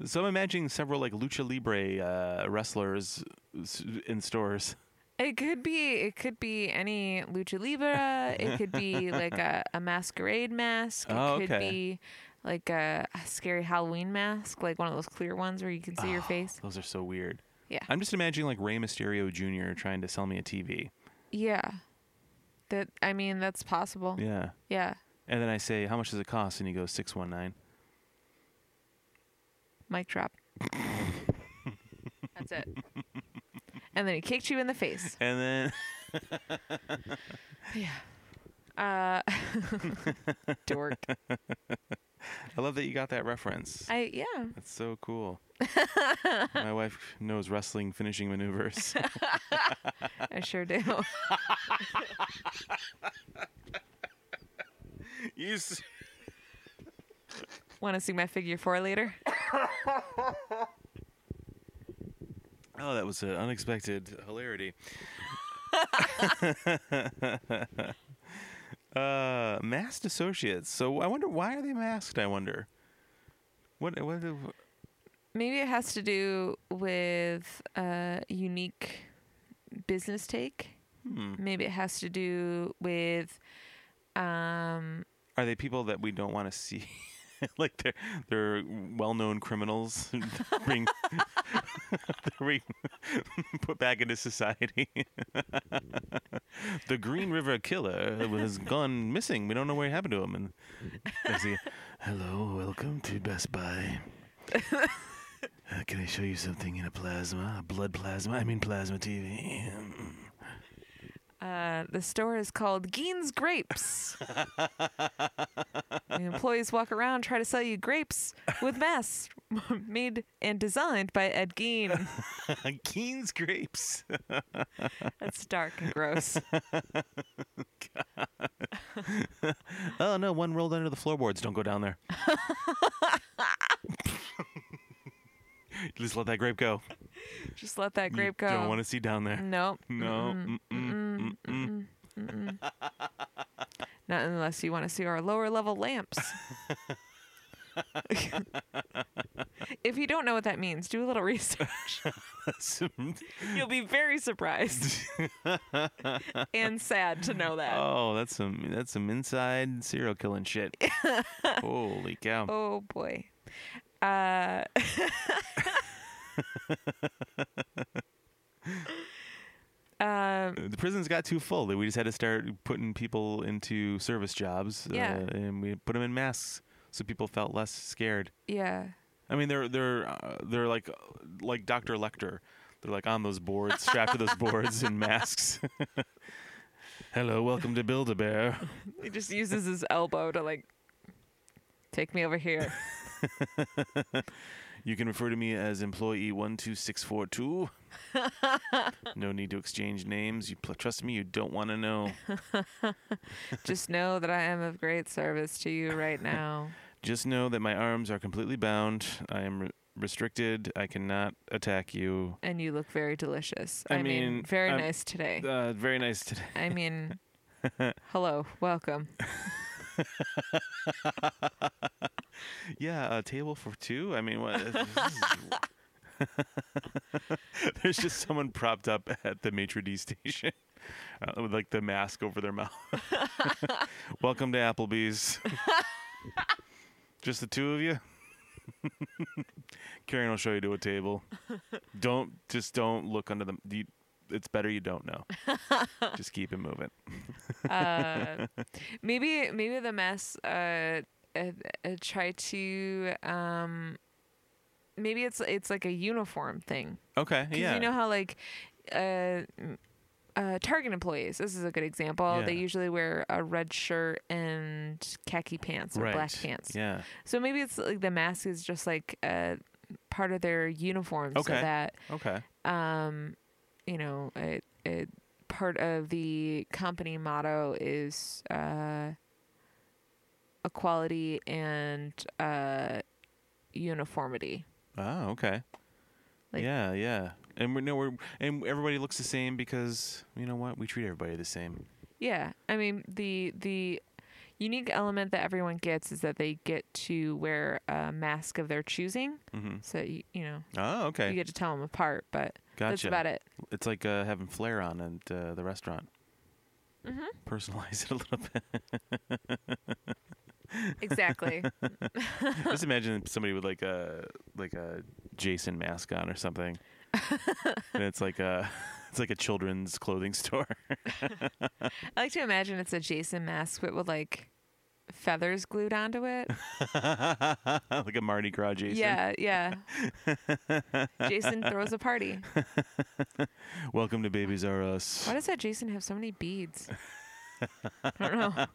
So I'm imagining several like lucha libre uh, wrestlers s- in stores. It could be it could be any lucha libre, it could be like a, a masquerade mask, it Oh, could okay. be like a, a scary Halloween mask, like one of those clear ones where you can see Ah. your face. Those are so weird. Yeah. I'm just imagining like Rey Mysterio Jr. trying to sell me a TV. yeah. That I mean that's possible. Yeah. yeah. And then I say, "How much does it cost?" And he goes, 619 Mic drop. That's it. And then he kicked you in the face. And then [LAUGHS] [LAUGHS] Uh, [LAUGHS] dork. I love that you got that reference. I yeah. That's so [LAUGHS] cool. My wife knows wrestling finishing [LAUGHS] maneuvers. [LAUGHS] I sure do. [LAUGHS] you s- Want to see my figure four later? oh, that was an unexpected hilarity. [LAUGHS] uh, masked associates. So I wonder why are they masked? I wonder. What? What? do- Maybe it has to do with a unique business take. Hmm. Maybe it has to do with um, Are they people that we don't want to see? [LAUGHS] like they're they're well-known criminals [LAUGHS] being, they're being put back into society. [LAUGHS] the Green River Killer has gone missing. We don't know where he happened to him. And they say, "Hello, welcome to Best Buy. Uh, can I show you something in a plasma, a blood plasma? I mean plasma TV." uh, the store is called Geen's Grapes. [LAUGHS] the employees walk around try to sell you grapes with masks [LAUGHS] made and designed by Ed [LAUGHS] Geen. Keen's grapes. That's dark and gross. Oh no, one rolled under the floorboards. Don't go down there. [LAUGHS] Just let that grape go. Just let that grape you go. Don't want to see down there. Nope. No. [LAUGHS] mm-mm, mm-mm. Not unless you want to see our lower level lamps. if you don't know what that means, do a little research. You'll be very surprised and sad to know that. oh, that's some that's some inside serial [LAUGHS] killing shit. Holy cow. oh boy. Uh, [LAUGHS] um, The prisons got too full. We just had to start putting people into service jobs. Yeah. Uh, and we put them in masks so people felt less scared. yeah. I mean, they're they're uh, they're like like Doctor Lecter. They're like on those boards, strapped to those boards in masks. [LAUGHS] Hello, welcome to Build a Bear. He just uses his elbow to like take me over here. You can refer to me as employee 12642. no need to exchange names. You pl- trust me, you don't want to know. just know that I am of great service to you right now. Just know that my arms are completely bound. I am re- restricted. I cannot attack you. And you look very delicious. I I, mean, mean, very I'm- nice today. Uh, very nice today. I [LAUGHS] mean, hello, welcome. Yeah, a table for two. I mean, what? [LAUGHS] There's just someone propped up at the maitre d station uh, with like the mask over their mouth. [LAUGHS] Welcome to Applebee's. just the two of you. [LAUGHS] Karen will show you to a table. Don't just don't look under the. You, it's better you don't know. [LAUGHS] just keep it moving. [LAUGHS] Uh, maybe maybe the mess uh, uh, uh try to um maybe it's it's like a uniform thing. Okay. 'Cause Yeah. You know how like uh, m- uh, Target employees. This is a good example. They Yeah. usually wear a red shirt and khaki pants or right. black pants. Yeah. So maybe it's like the mask is just like uh, part of their uniform, Okay. so that Okay. um, you know, it, it part of the company motto is uh, equality and uh, uniformity. Oh, okay. Like- yeah, yeah. And we are no, we're and everybody looks the same because you know what? We treat everybody the same. Yeah, I mean the the unique element that everyone gets is that they get to wear a mask of their choosing. hmm So you, you know Oh, okay. you get to tell them apart, but gotcha. that's about [LAUGHS] it. It's like uh, having flair on at uh, the restaurant. Mhm. Personalize it a little bit. Exactly. Just imagine somebody with like a like a Jason mask on [LAUGHS] or something, and it's like a [LAUGHS] it's like a children's clothing store. [LAUGHS] I like to imagine it's a Jason mask, but with like feathers glued onto it. like a Mardi Gras Jason. Yeah, yeah. [LAUGHS] Jason throws a party. Welcome to Babies R Us. Why does that Jason have so many beads? I don't [LAUGHS] know.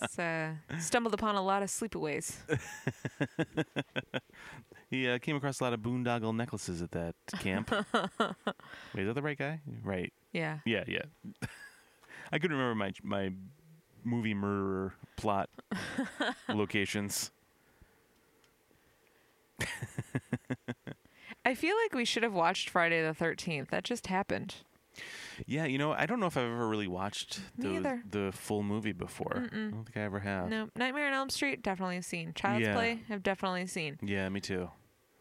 He's, uh, stumbled upon a lot of sleepaways. He uh, came across a lot of boondoggle necklaces at that [LAUGHS] camp. Wait, is that the right guy? Right. Yeah. Yeah, yeah. [LAUGHS] I could remember my my movie murderer [LAUGHS] plot locations. I feel like we should have watched Friday the 13th. That just happened. Yeah, you know, I don't know if I've ever really watched Me the either. the full movie before. I don't think I ever have. No, Nightmare on Elm Street, definitely seen. Child's Yeah. Play, I've definitely seen. Yeah, me too.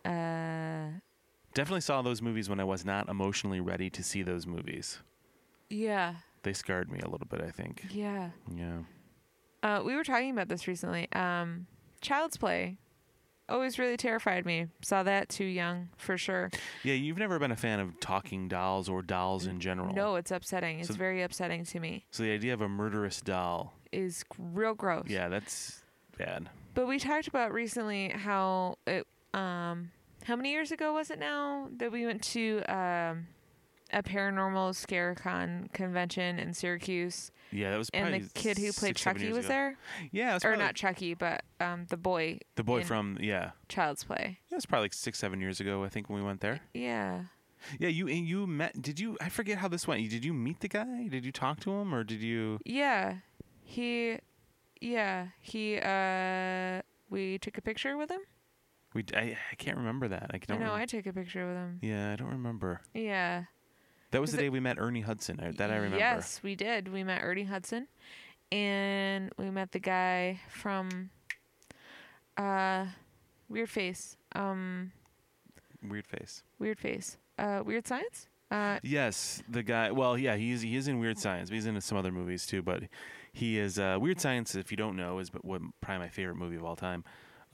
Uh, Definitely saw those movies when I was not emotionally ready to see those movies. yeah, They scarred me a little bit, I think. yeah. Yeah. Uh, we were talking about this recently. Um, Child's Play always really terrified me. Saw that too young, for sure. Yeah, you've never been a fan of talking dolls or dolls in general. No, it's upsetting. It's So- very upsetting to me. So the idea of a murderous doll Is real gross. Yeah, that's bad. But we talked about recently how it um how many years ago was it now that we went to um a paranormal scare con convention in Syracuse Yeah, that was and probably the kid who played six, seven Chucky years was ago. there Yeah, it was or probably- not Chucky but um the boy the boy in from yeah. Child's Play. It was probably like six, seven years ago. I think when we went there. Yeah. Yeah, you and you met. Did you? I forget how this went. You- Did you meet the guy? Did you talk to him, or did you? Yeah. He yeah, he uh we took a picture with him. We. I, I can't remember that. I don't. I know remember. I took a picture with him. yeah, I don't remember. Yeah. That was Was it- the day we met Ernie Hudson. I, that I remember. Yes, we did. We met Ernie Hudson, and we met the guy from uh, Weird Face. Um, Weird face. Weird Face. Uh, Weird Science. Uh, Yes, the guy. Well, yeah, he's he is in Weird Science. But he's in some other movies too. But he is uh, Weird Science. If you don't know, is but what probably my favorite movie of all time.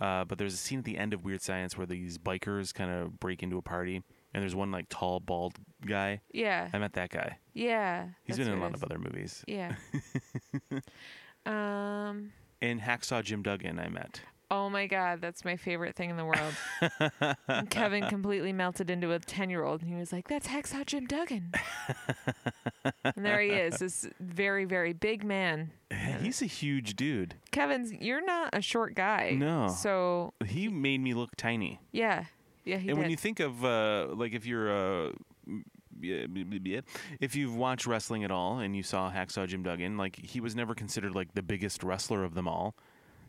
Uh, but there's a scene at the end of Weird Science where these bikers kind of break into a party, and there's one like tall bald guy. yeah, I met [LAUGHS] that guy. yeah. He's that's been in a what lot it of other movies. is. [LAUGHS] Yeah. um. And Hacksaw Jim Duggan, I met. Oh my God, that's my favorite thing in the world. And Kevin completely melted into a 10 year old and he was like, That's Hacksaw Jim Duggan. and there he is, this very, very big man. He's a huge dude. Kevin's, you're not a short guy. No. So, He made me look tiny. yeah. Yeah, he did. and when you think of uh, like if you're uh, m- yeah, b- b- yeah, if you've watched wrestling at all and you saw Hacksaw Jim Duggan, like he was never considered like the biggest wrestler of them all.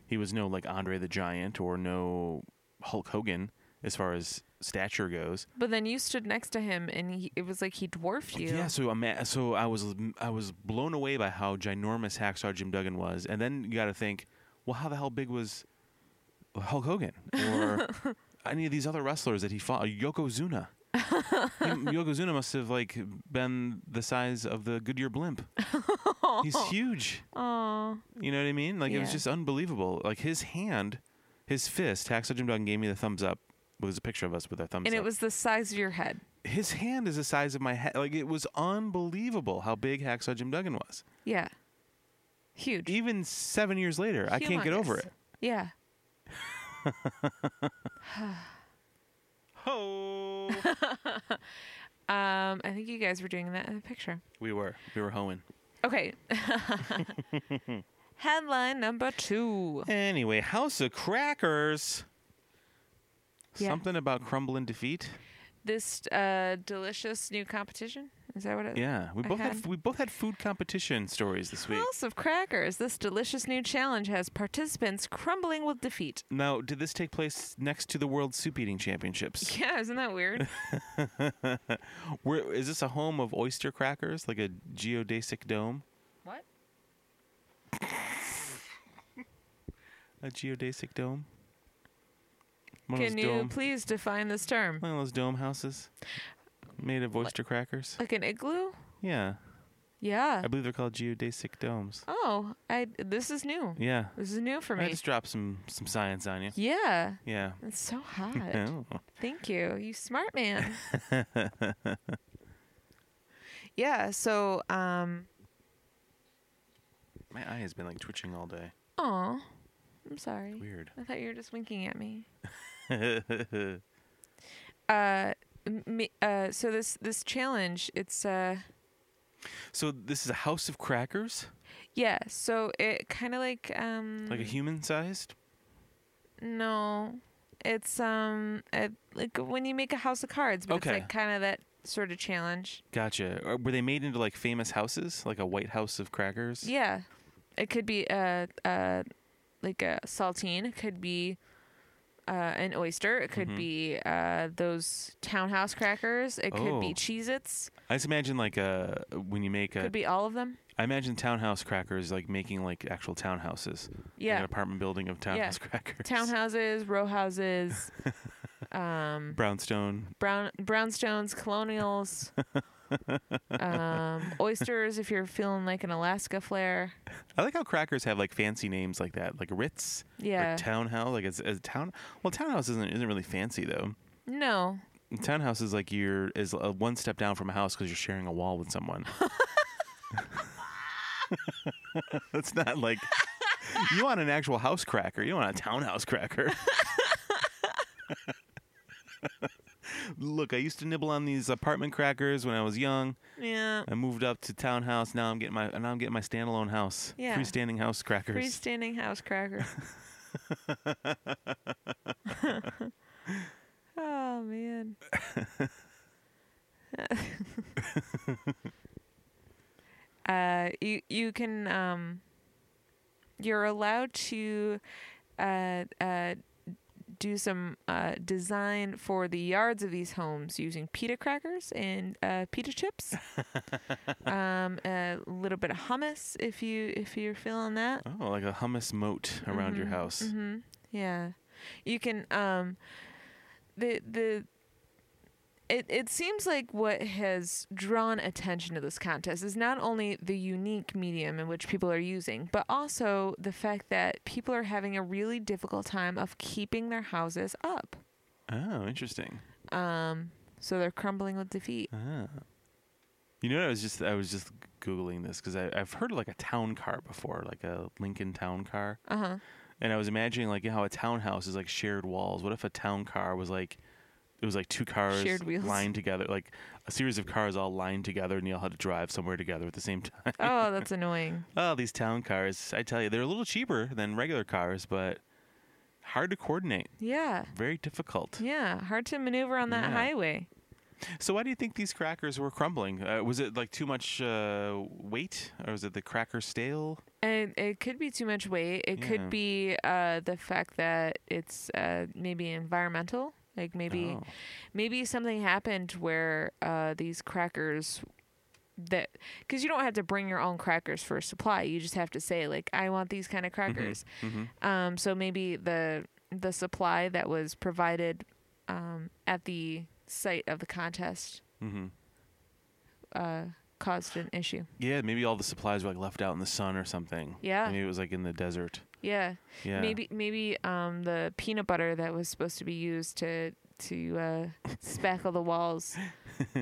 He was no like Andre the Giant or no Hulk Hogan as far as stature goes. but then you stood next to him and he, it was like he dwarfed you. Yeah, so I'm a- so I was I was blown away by how ginormous Hacksaw Jim Duggan was, and then you got to think, well, how the hell big was Hulk Hogan [LAUGHS] or any of these other wrestlers that he fought? Yokozuna. Y- [LAUGHS] Yokozuna must have like been the size of the Goodyear blimp. [LAUGHS] He's huge. Aw. You know what I mean? Like it was Yeah. just unbelievable. Like his hand, his fist. Hacksaw Jim Duggan gave me the thumbs up. It was a picture of us with our thumbs And up it was the size of your head. his hand is the size of my head. Like it was unbelievable how big Hacksaw Jim Duggan was. Yeah. Huge. Even seven years later, I can't get over Humongous. it. Yeah. Ho! Um, I think you guys were doing that in the picture. we were, we were hoeing. Okay. [LAUGHS] Headline number two. Anyway, House of Crackers. Yeah. Something about crumbling defeat. This uh, delicious new competition. Is that what it Yeah, we I both had had- we both had food competition stories this week. House of Crackers. This delicious new challenge has participants crumbling with defeat. [LAUGHS] Now, did this take place next to the World Soup Eating Championships? Yeah, isn't that weird? Where is this a home of oyster crackers, like a geodesic dome? what? A geodesic dome? One of Can those you dome- please define this term? One of those dome houses made of oyster crackers. Like an igloo? Yeah. Yeah. I believe they're called geodesic domes. Oh, I. This is new. Yeah. This is new for I me. just dropped some, some science on you. Yeah. Yeah. It's so hot. Oh. Thank you. You smart [LAUGHS] man. yeah, so um My eye has been like twitching all day. oh, I'm sorry. Weird. I thought you were just winking at [LAUGHS] me. Uh m- me, uh so this this challenge, it's uh So this is a house of crackers? yeah, so it kind of like um Like a human sized? no. It's um it, like when you make a house of cards, but Okay. it's like kind of that sort of challenge. Gotcha. Or were they made into like famous houses? Like a white house of crackers? Yeah, it could be a, a like a saltine. It could be uh, an oyster. It Mm-hmm. could be uh, those townhouse crackers. It could Oh. be Cheez-Its. I just imagine like uh when you make a Could be all of them. I imagine townhouse crackers like making like actual townhouses. Like Yeah, an apartment building of townhouse [LAUGHS] crackers. townhouses, row [LAUGHS] houses, um, Brownstone brown brownstones, [LAUGHS] colonials. um, oysters, if you're feeling like an Alaska flair, I like how crackers have like fancy names like that, like Ritz, yeah. or townhouse. Like it's a town. Well, townhouse isn't isn't really fancy though. no, Townhouse is like you're is a one step down from a house because you're sharing a wall with someone. [LAUGHS] That's not like you want an actual house cracker. You don't want a townhouse cracker. [LAUGHS] Look, I used to nibble on these apartment crackers when I was young. yeah. I moved up to townhouse. Now I'm getting my now I'm getting my standalone house. Yeah. Freestanding house crackers. Freestanding house cracker. [LAUGHS] oh man. [LAUGHS] uh, you you can um. You're allowed to, uh, uh, do some uh, design for the yards of these homes using pita crackers and uh, pita chips. um, a little bit of hummus if you if you're feeling that. Oh, like a hummus moat around your house. hmm Yeah, you can. Um, the the. It it seems like what has drawn attention to this contest is not only the unique medium in which people are using, but also the fact that people are having a really difficult time of keeping their houses up. Oh, interesting. Um, so they're crumbling with defeat. Ah. You know, what I was just I was just googling this because I've heard of like a town car before, like a Lincoln town car, [LAUGHS] Uh huh. And I was imagining like how a townhouse is like shared walls. What if a town car was like it was like two cars Shared wheels. lined together, like a series of cars all lined together, and you all had to drive somewhere together at the same [LAUGHS] time. Oh, that's annoying. Oh, these town cars! I tell you, they're a little cheaper than regular cars, but hard to coordinate. Yeah. Very difficult. Yeah. Hard to maneuver on that Yeah. highway. So, why do you think these crackers were crumbling? Uh, was it like too much uh, weight, or was it the cracker stale? And it could be too much weight. It Yeah. could be uh, the fact that it's uh, maybe environmental. Like maybe, Oh. maybe something happened where uh, these crackers that because you don't have to bring your own crackers for supply. You just have to say like, I want these kind of Mm-hmm. crackers. Um, so maybe the the supply that was provided um, at the site of the contest Mm-hmm. uh, caused an issue. Yeah, maybe all the supplies were like left out in the sun or something. Yeah. maybe it was like in the desert. Yeah. Yeah, Maybe maybe um the peanut butter that was supposed to be used to to uh, spackle the [LAUGHS] walls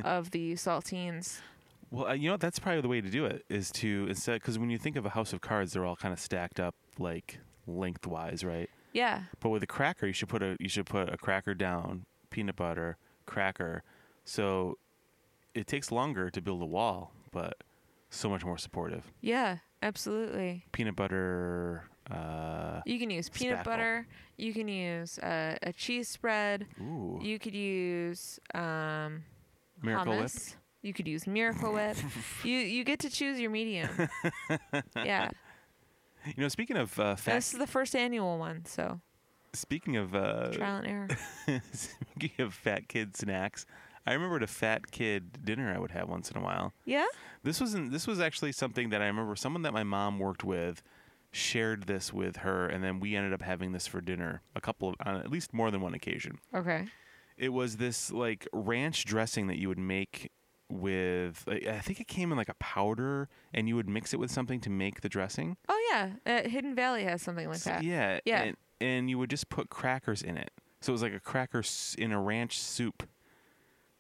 of the saltines. Well, uh, you know what? that's probably the way to do it is to instead because when you think of a house of cards, they're all kind of stacked up like lengthwise, right? Yeah. But with a cracker, you should put a you should put a cracker down, peanut butter, cracker. So it takes longer to build a wall, but so much more supportive. Yeah. Absolutely. Peanut butter. Uh, You can use peanut Spackle. butter. You can use uh, a cheese spread. ooh, You could use um, Miracle Whip. hummus. You could use Miracle [LAUGHS] Whip. you you get to choose your medium. yeah. You know, speaking of uh, And fat, This is the first annual one, so speaking of uh, trial and error. [LAUGHS] Speaking of fat kid snacks, I remembered a fat kid dinner I would have once in a while. Yeah. This wasn't. This was actually something that I remember. Someone that my mom worked with shared this with her, and then we ended up having this for dinner a couple of on at least more than one occasion. Okay. It was this like ranch dressing that you would make with. I I think it came in like a powder, and you would mix it with something to make the dressing. Oh yeah, uh, Hidden Valley has something like So- that. yeah. Yeah. And, and you would just put crackers in it. So it was like a cracker s- in a ranch soup.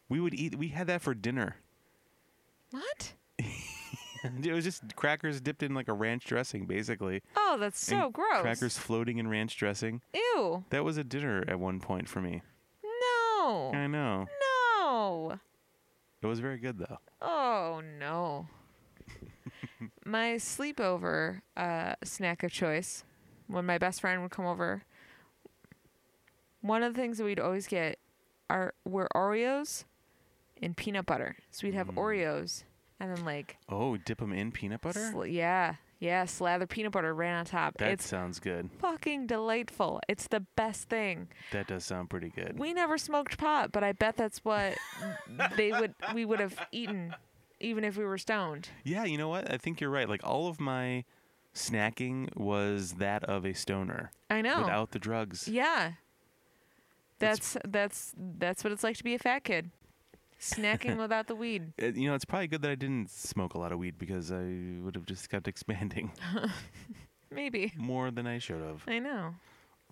We would eat. We had that for dinner. [LAUGHS] What? it was just crackers dipped in like a ranch dressing, basically. Oh, that's so and gross. Crackers floating in ranch dressing. Ew. That was a dinner at one point for me. No. I know. No. It was very good though. Oh [LAUGHS] no. my sleepover uh, snack of choice, when my best friend would come over, one of the things that we'd always get are were Oreos and peanut butter. So we'd have Mm. Oreos and then like Oh, dip them in peanut butter. sl- yeah, yeah, slather peanut butter right on top. that it's sounds good. fucking delightful. It's the best thing. That does sound pretty good. We never smoked pot, but I bet that's what they would we would have eaten even if we were stoned. yeah, you know what? I think you're right. Like all of my snacking was that of a stoner I know. without the drugs. yeah. It's- That's that's that's what it's like to be a fat kid. [LAUGHS] Snacking without the weed. Uh, you know, it's probably good that I didn't smoke a lot of weed because I would have just kept [LAUGHS] expanding Maybe. more than I should have. I know.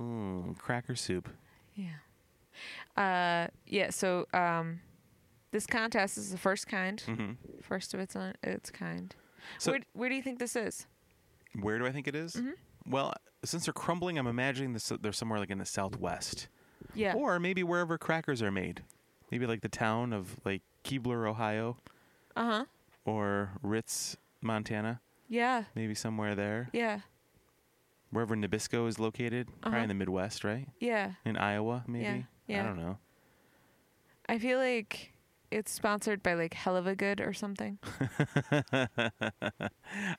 Mm, cracker soup. Yeah. Uh yeah, so um this contest is the first kind, hmm first of its own, its kind. So- where where do you think this is? Where do I think it is? Mm-hmm. Well, since they're crumbling, I'm imagining this, they're somewhere like in the southwest, Yeah. or maybe wherever crackers are made. Maybe like the town of like Keebler, Ohio, uh-huh. or Ritz, Montana. Yeah. Maybe somewhere there, Yeah. wherever Nabisco is located, probably Uh-huh. in the Midwest, right? Yeah. In Iowa, maybe. I yeah. don't know. I feel like it's sponsored by like Hell of a Good or something. [LAUGHS]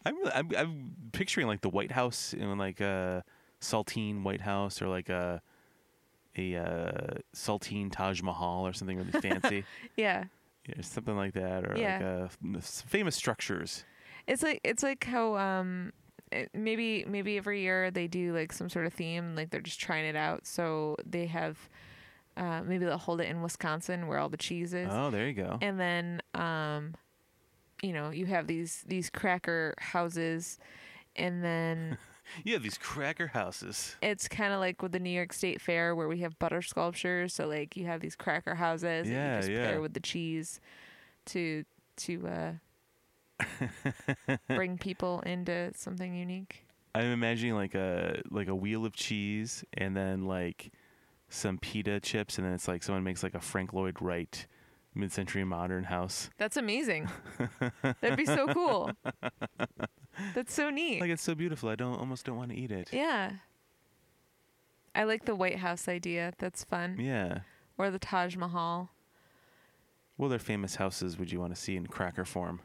I'm, really, I'm I'm picturing like the White House in like a saltine White House or like a a uh, saltine Taj Mahal or something really [LAUGHS] fancy, Yeah. yeah, something like that, or like Yeah. a f- n- s- famous structures. It's like it's like how um it- maybe maybe every year they do like some sort of theme like they're just trying it out so they have uh maybe they'll hold it in Wisconsin where all the cheese is Oh, there you go. and then um you know you have these these cracker houses and then You have these cracker houses. it's kind of like with the New York State Fair where we have butter sculptures. So like you have these cracker houses and Yeah, you just yeah. pair with the cheese to [LAUGHS] to uh, bring people into something unique. I'm imagining like a like a wheel of cheese and then like some pita chips and then it's like someone makes like a Frank Lloyd Wright mid-century modern house. That's amazing. That'd be so cool. That's so neat. Like it's so beautiful. I don't almost don't want to eat it. yeah. I like the White House idea. That's fun. Yeah. Or the Taj Mahal. What other famous houses would you want to see in cracker form?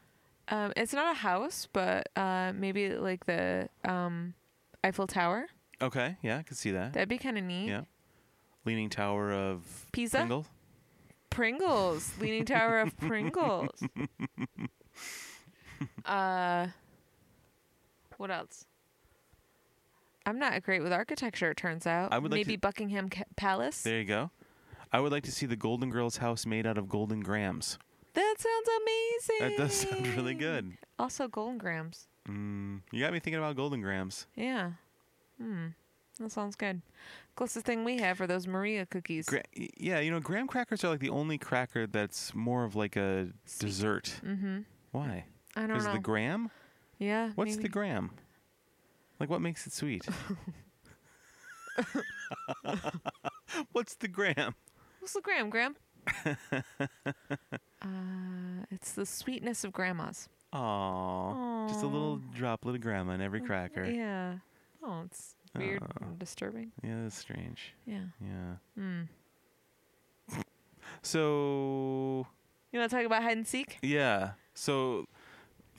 Um, it's not a house, but uh, maybe like the um, Eiffel Tower. Okay, yeah, I could see that. That'd be kind of neat. yeah. Leaning Tower of Pisa? Pringle. Pringles, Leaning Tower of [LAUGHS] Pringles. Uh, what else? I'm not great with architecture. It turns out. I would like maybe to- Buckingham Ca- Palace. There you go. I would like to see the Golden Girls house made out of golden grams. That sounds amazing. That does sound really good. Also, Golden Grams. Mm, you got me thinking about golden grams. Yeah. Hmm. That sounds good. Closest thing we have are those Maria cookies. Gra- y- yeah, you know, graham crackers are like the only cracker that's more of like a dessert. Mm-hmm. Why? I don't Because know. the graham? yeah. What's the maybe. graham? Like, what makes it sweet? [LAUGHS] [LAUGHS] What's the graham? What's the gram, [LAUGHS] Graham? uh, it's the sweetness of grandma's. Aww. Just a little droplet of grandma in every cracker. Yeah, Yeah. Oh, it's weird Oh. and disturbing. that's strange. Yeah. Yeah. Hmm. So, You want to talk about hide and seek? yeah. So,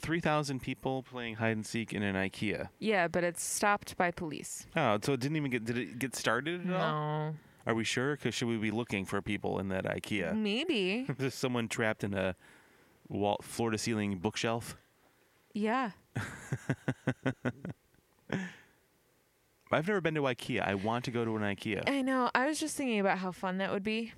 3,000 people playing hide and seek in an IKEA. Yeah, but it's stopped by police. Oh, so it didn't even get, did it get started at all? No. Are we sure? Because should we be looking for people in that IKEA? Maybe. [LAUGHS] There's someone trapped in a wall, floor to ceiling bookshelf. yeah. I've never been to IKEA. I want to go to an IKEA. I know. I was just thinking about how fun that would be.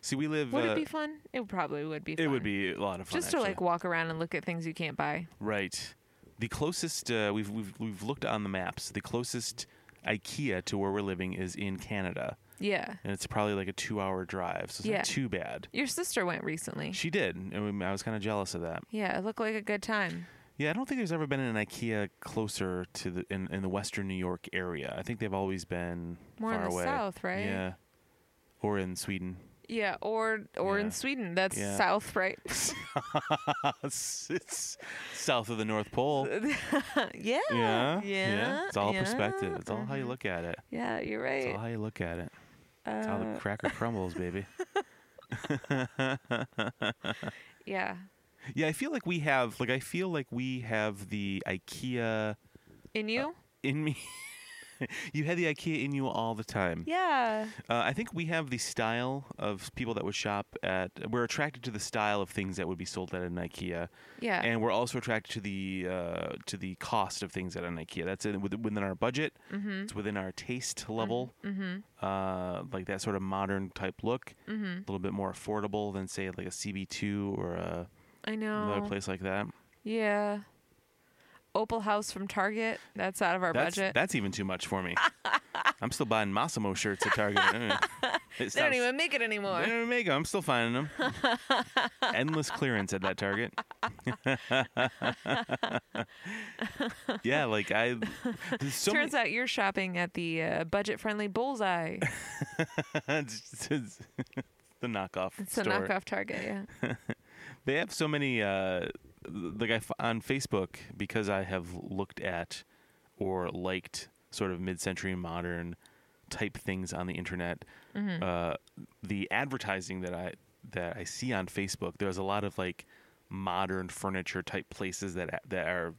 See, we live. Would uh, it be fun? It probably would be fun. It would be a lot of fun. Just to actually. like walk around and look at things you can't buy. right. The closest uh, we've we've we've looked on the maps. The closest IKEA to where we're living is in Canada, Yeah. and it's probably like a two-hour drive, so it's Yeah. not too bad. Your sister went recently. She did, and we- I was kind of jealous of that. yeah, it looked like a good time. Yeah, I don't think there's ever been an IKEA closer to the in, in the Western New York area. I think they've always been More in far the away. south, right? Yeah, or in Sweden. [LAUGHS] Yeah, or or Yeah. in Sweden. That's Yeah. south, [LAUGHS] right? [LAUGHS] it's, it's south of the North Pole. yeah. Yeah, Uh, Yeah. It's all yeah. perspective. It's all how you look at it. Yeah, you're It's right. all how you look at it. It's how the Uh, [LAUGHS] cracker crumbles, baby. yeah. Yeah, I feel like we have like I feel like we have the IKEA In you? in me. [LAUGHS] you had the IKEA in you all the time. yeah. Uh, I think we have the style of people that would shop at. We're attracted to the style of things that would be sold at an IKEA, Yeah. and we're also attracted to the uh, to the cost of things at an IKEA. That's in, within within our budget. mm-hmm. It's within our taste level. Mm-hmm. uh, like that sort of modern type look, Mm-hmm. a little bit more affordable than say like a CB2 or a, I know. another place like that. Yeah. Opal House from Target. That's out of our that's, budget. that's even too much [LAUGHS] for me. I'm still buying Massimo shirts at Target. I mean, it they don't sounds- even make it anymore. They don't even make 'em. I'm still finding them. [LAUGHS] Endless clearance at that Target. yeah, like I. There's so Turns many, out you're shopping at the uh, budget-friendly [LAUGHS] Bullseye. it's, it's- the knockoff It's a store. knockoff Target. Yeah. They have so many. Uh, like I f- on Facebook because I have looked at or liked sort of mid-century modern type things on the internet. Mm-hmm. Uh, the advertising that I that I see on Facebook, there's a lot of like modern furniture type places that that are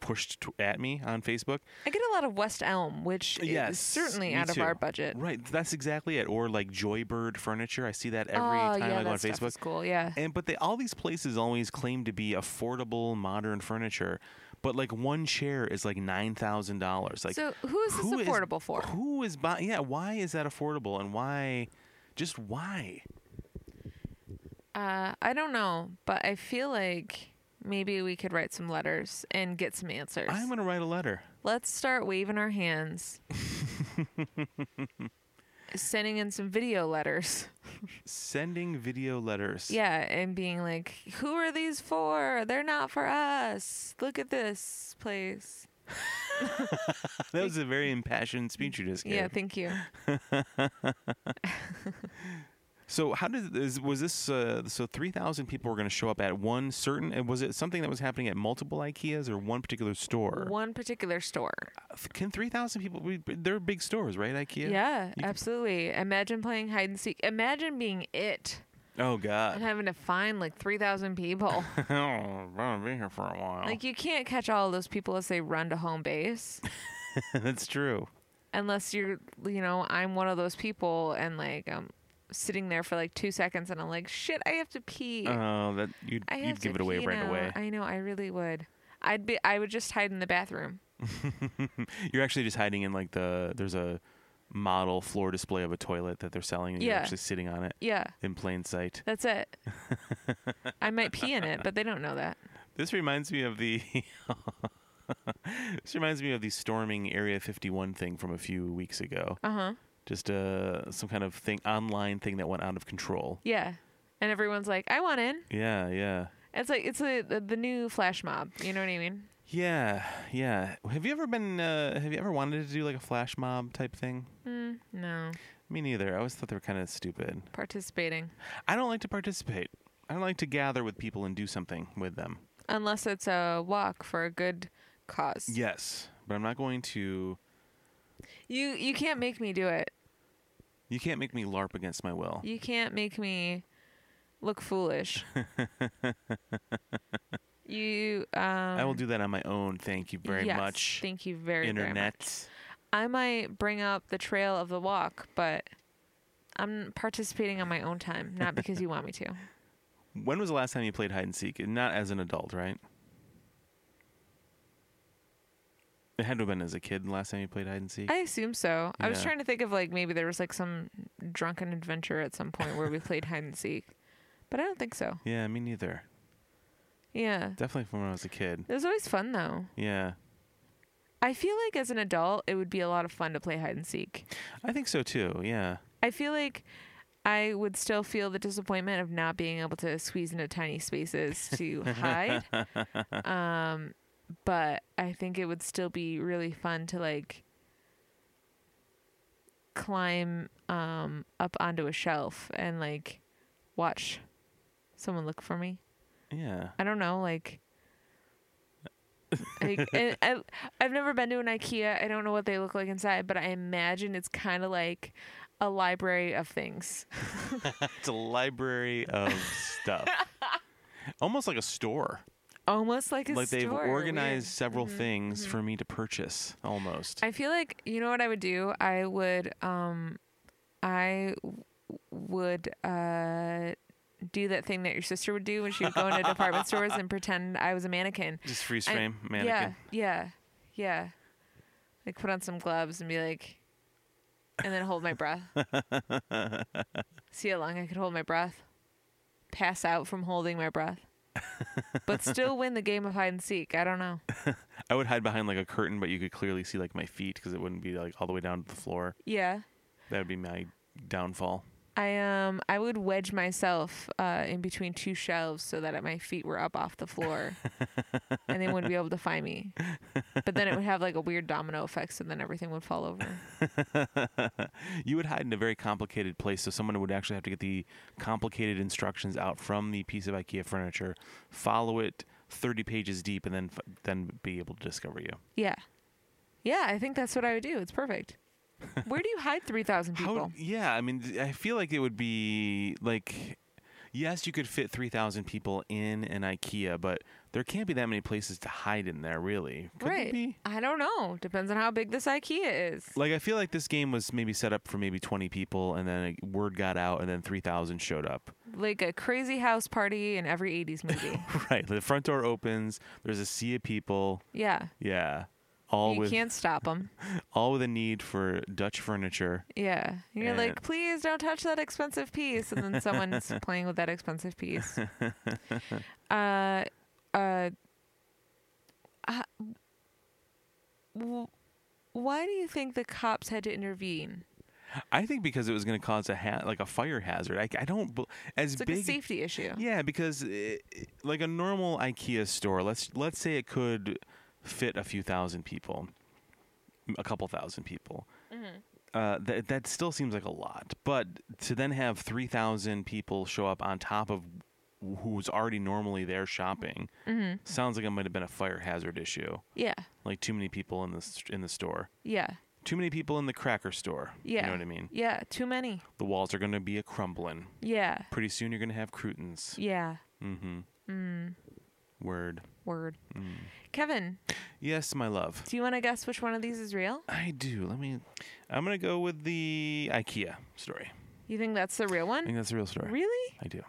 pushed t- at me on Facebook. I get a lot of West Elm, which Yes, is certainly me out too. of our budget. Right, that's exactly it. Or like Joybird furniture, I see that every oh, time yeah, I go that on stuff Facebook Is cool. Yeah. and but they all these places always claim to be affordable modern furniture but like one chair is like nine thousand dollars like so who is this who is- affordable for? who is buying yeah why is that affordable and why just why Uh, I don't know, but I feel like maybe we could write some letters and get some answers. i'm gonna write a letter Let's start waving our hands. Sending in some video letters. sending video letters Yeah, and being like, who are these for? They're not for us. Look at this place. [LAUGHS] that was a very impassioned speech you just gave. Yeah, thank you. so how did is, was this? Uh, so three thousand people were going to show up at one certain. and Was it something that was happening at multiple IKEAs or one particular store? One particular store. Can three thousand people? We, they're big stores, right? IKEA. Yeah, You can- absolutely. Imagine playing hide and seek. Imagine being it Oh and God. having to find like 3,000 people. oh, I'm gonna be here for a while. like, you can't catch all those people as they run to home base [LAUGHS] That's true. unless you're, you know, I'm one of those people and like I'm sitting there for like two seconds and I'm like, shit, I have to pee. Oh, that you'd, I have you'd to give it away pee right now. away. I know, I really would. I'd be, I would just hide in the bathroom. [LAUGHS] You're actually just hiding in like the there's a model floor display of a toilet that they're selling, and you're Yeah. actually sitting on it Yeah, in plain sight. that's [LAUGHS] it. I might pee in it, but they don't know that. This reminds me of the. [LAUGHS] this reminds me of the storming Area 51 thing from a few weeks ago. Uh huh. Just uh, some kind of thing online thing that went out of control. Yeah. And everyone's like, I want in. Yeah, yeah, It's like it's a, the, the new flash mob. You know what I mean? yeah, yeah. Have you ever been? Uh, have you ever wanted to do like a flash mob type thing? Mm, no, Me neither. I always thought they were kind of stupid. participating I don't like to participate. I like to gather with people and do something with them. unless it's a walk for a good cause. Yes, but I'm not going to. You you can't make me do it. You can't make me LARP against my will. You can't make me look [LAUGHS] foolish. you um. I will do that on my own. Thank you very yes, much, Thank you very internet. Very much. I might bring up the trail of the walk, but I'm participating on my own time, not because you want me [LAUGHS] to. When was the last time you played hide and seek? Not as an adult, right? It had to have been as a kid. The last time you played hide and seek. I assume so. I was Yeah. trying to think of like maybe there was like some drunken adventure at some point where we played hide and seek, but I don't think so. yeah, me neither. Yeah, Definitely from when I was a kid. it was always fun though. Yeah, I feel like as an adult, it would be a lot of fun to play hide and seek. I think so too. Yeah, I feel like I would still feel the disappointment of not being able to squeeze into tiny spaces to hide. Um, but I think it would still be really fun to like climb um, up onto a shelf and like watch someone look for me. yeah. I don't know, like. like [LAUGHS] and I, I've never been to an IKEA. I don't know what they look like inside, but I imagine it's kind of like a library of things. [LAUGHS] It's a library of [LAUGHS] stuff, almost like a store. Almost like a like they've store. Weird. Mm-hmm. organized several things for me to purchase almost I feel like you know what I would do. I would um, I w- would uh do that thing that your sister would do when she would go [LAUGHS] into department stores and pretend I was a mannequin. just freeze I- frame mannequin Yeah, yeah, yeah. Like put on some gloves and be like, and then hold my breath. See how long I could hold my breath. Pass out from holding my breath, but still win the game of hide and seek. I don't know. i would hide behind like a curtain but you could clearly see like my feet because it wouldn't be like all the way down to the floor Yeah, that would be my downfall I um I would wedge myself uh, in between two shelves so that my feet were up off the floor, and they wouldn't be able to find me. But then it would have like a weird domino effect, so then everything would fall over. you would hide in a very complicated place so someone would actually have to get the complicated instructions out from the piece of ikea furniture follow it 30 pages deep and then f- then be able to discover you Yeah. Yeah, I think that's what I would do. It's perfect. Where do you hide [LAUGHS] 3,000 people? How, yeah, I mean, th- I feel like it would be like, yes, you could fit 3,000 people in an IKEA, but there can't be that many places to hide in there, really. Could there right. be? I don't know. Depends on how big this IKEA is. Like, I feel like this game was maybe set up for maybe 20 people, and then a word got out, and then 3,000 showed up. [LAUGHS] Like a crazy house party in every 80s movie. Right. The front door opens, there's a sea of people. yeah. Yeah. All you with can't stop them. all with a need for Dutch furniture. Yeah. And you're And- like, please don't touch that expensive piece. And then [LAUGHS] someone's playing with that expensive piece. Uh, uh, uh, w- why do you think the cops had to intervene? I think because it was going to cause a ha- like a fire hazard. I, I don't bel- as It's like big a safety issue. Yeah, because i i- like a normal IKEA store, let's let's say it could fit a few thousand people. a couple thousand people. Uh, that that still seems like a lot, but to then have three thousand people show up on top of who was already normally there shopping sounds like it might have been a fire hazard issue. Yeah. Like too many people in the st- in the store, Yeah. too many people in the cracker store. Yeah. you know what I mean. Yeah. Too many. The walls are going to be a crumbling. Yeah. Pretty soon you're going to have croutons. Yeah. Mm-hmm. Mm. Word. Word. Mm. Kevin, Yes, my love. do you want to guess which one of these is real? I do. Let me. I'm gonna go with the IKEA story. You think that's the real I one? think that's a real story. Really? I do.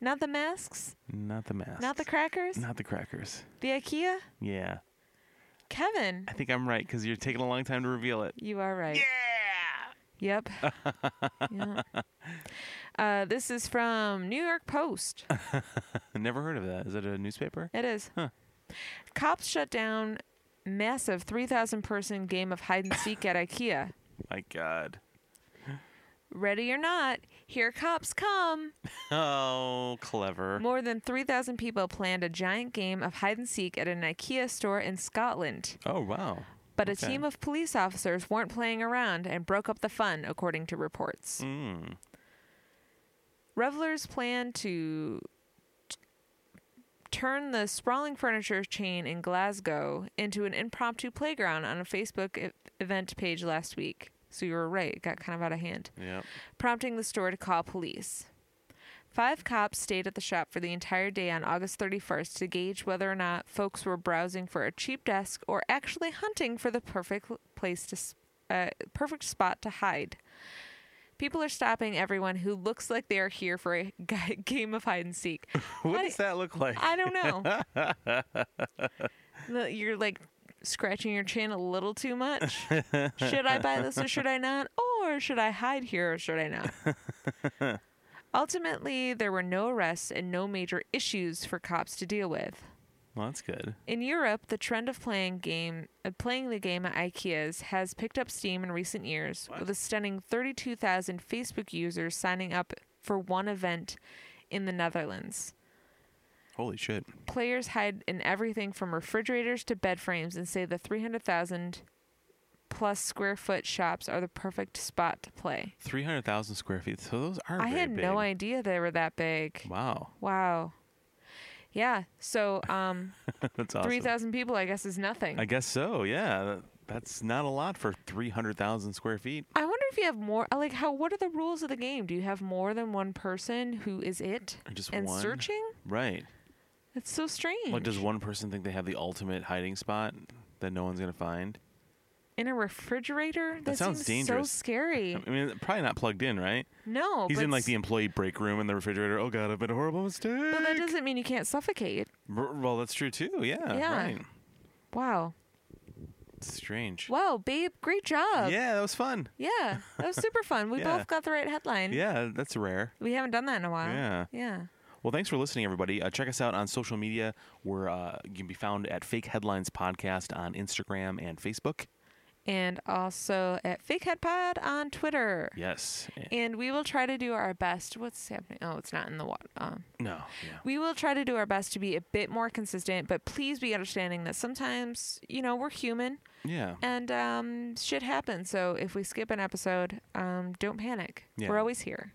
Not the masks? Not the mask. Not the crackers? Not the crackers. The IKEA? Yeah. Kevin, I think I'm right because you're taking a long time to reveal it. you are [LAUGHS] right. [LAUGHS] Yep. Yep. Uh, this is from New York [LAUGHS] Post. I never heard of that. Is it a newspaper? It is. Cops shut down massive 3,000 person game of hide and seek at IKEA. My God. Ready or not, here cops come. Oh, clever. More than 3,000 people planned a giant game of hide and seek at an IKEA store in Scotland. Oh wow. But Okay. a team of police officers weren't playing around and broke up the fun, according to reports. Mm. Revelers plan to t- turn the sprawling furniture chain in Glasgow into an impromptu playground on a Facebook e- event page last week. So you were right, it got kind of out of hand, Yep. prompting the store to call police. Five cops stayed at the shop for the entire day on August 31st to gauge whether or not folks were browsing for a cheap desk or actually hunting for the perfect l- place to s- uh, perfect spot to hide. People are stopping everyone who looks like they are here for a [LAUGHS] g- game of hide and seek. What I- does that look like? I don't know. The- You're like scratching your chin a little too much. should I buy this or should I not? Or should I hide here or should I not? Ultimately, there were no arrests and no major issues for cops to deal with. well, that's good. In Europe, the trend of playing game of playing the game at IKEA's has picked up steam in recent years, with a stunning 32,000 Facebook users signing up for one event in the Netherlands. Holy shit. Players hide in everything from refrigerators to bed frames and say the 300,000 plus square foot shops are the perfect spot to play. Three hundred thousand square feet. So those are. I very had no big. idea they were that big. Wow. [LAUGHS] Wow. Yeah, so um that's [LAUGHS] awesome. 3,000 people I guess is nothing. I guess so. Yeah, That- that's not a lot for three hundred thousand square feet. I wonder if you have more. Like, how? What are the rules of the game? Do you have more than one person who is it Or just and one? searching? Right. That's so strange. Like, does one person think they have the ultimate hiding spot that no one's gonna find? in a refrigerator? That, sounds seems dangerous. So scary. [LAUGHS] I mean, probably not plugged in, right? No, He's but in like s- the employee break room in the refrigerator. Oh god, I've made a horrible mistake. But that doesn't mean you can't suffocate. R- well, that's true too. Yeah. Yeah. Right. Wow. It's strange. Wow, babe, great job. Yeah, that was fun. Yeah, that was super fun. We [LAUGHS] Yeah. both got the right headline. Yeah, that's rare. We haven't done that in a while. Yeah. Yeah. Well, thanks for listening, everybody. Uh, check us out on social media. We're uh, you can be found at Fake Headlines Podcast on Instagram and Facebook. And also at Fake Head Pod on Twitter. Yes. Eh, And we will try to do our best. What's happening? Oh, it's not in the water. Um, No. Yeah. We will try to do our best to be a bit more consistent, but please be understanding that sometimes, you know, we're human Yeah. and um, shit happens. So if we skip an episode, um, don't panic. Yeah. We're always here.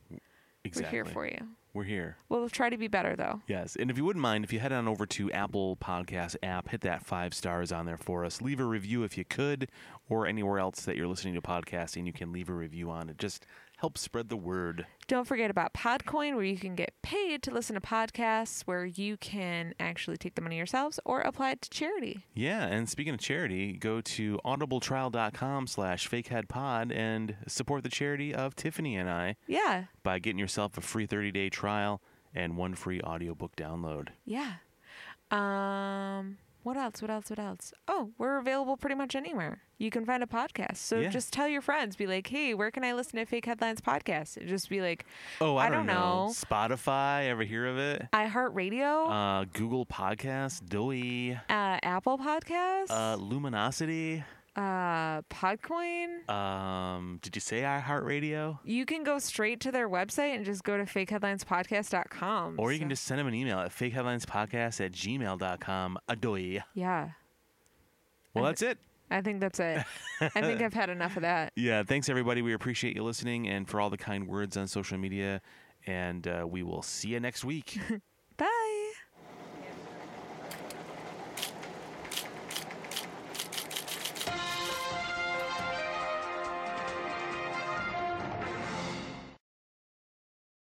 Exactly. We're here for you. We're here. We'll try to be better, though. Yes. And if you wouldn't mind, if you head on over to Apple Podcast app, hit that five stars on there for us. Leave a review if you could, or anywhere else that you're listening to podcasts and you can leave a review on. It just helps spread the word. Don't forget about Podcoin, where you can get paid to listen to podcasts, where you can actually take the money yourselves or apply it to charity. Yeah, and speaking of charity, go to audibletrial.com slash fakeheadpod and support the charity of Tiffany and I Yeah. by getting yourself a free 30-day trial and one free audiobook download. Yeah. Um what else? What else? What else? Oh, we're available pretty much anywhere. You can find a podcast. So Yeah. just tell your friends, be like, "Hey, where can I listen to Fake Headlines podcast?" And just be like, Oh, I, I don't know. Spotify, ever hear of it? "iHeartRadio, Uh, Google Podcast, Doey, uh, Apple Podcasts, uh, uh, Luminosity. Podcoin." Um, did you say iHeartRadio? You can go straight to their website and just go to fakeheadlinespodcast.com. Or you So- can just send them an email at fakeheadlinespodcast at gmail.com. Adoy. Yeah. Well, I- that's it. I think that's it. I think I've had enough of that. Yeah, thanks everybody. We appreciate you listening and for all the kind words on social media. And uh, we will see you next week.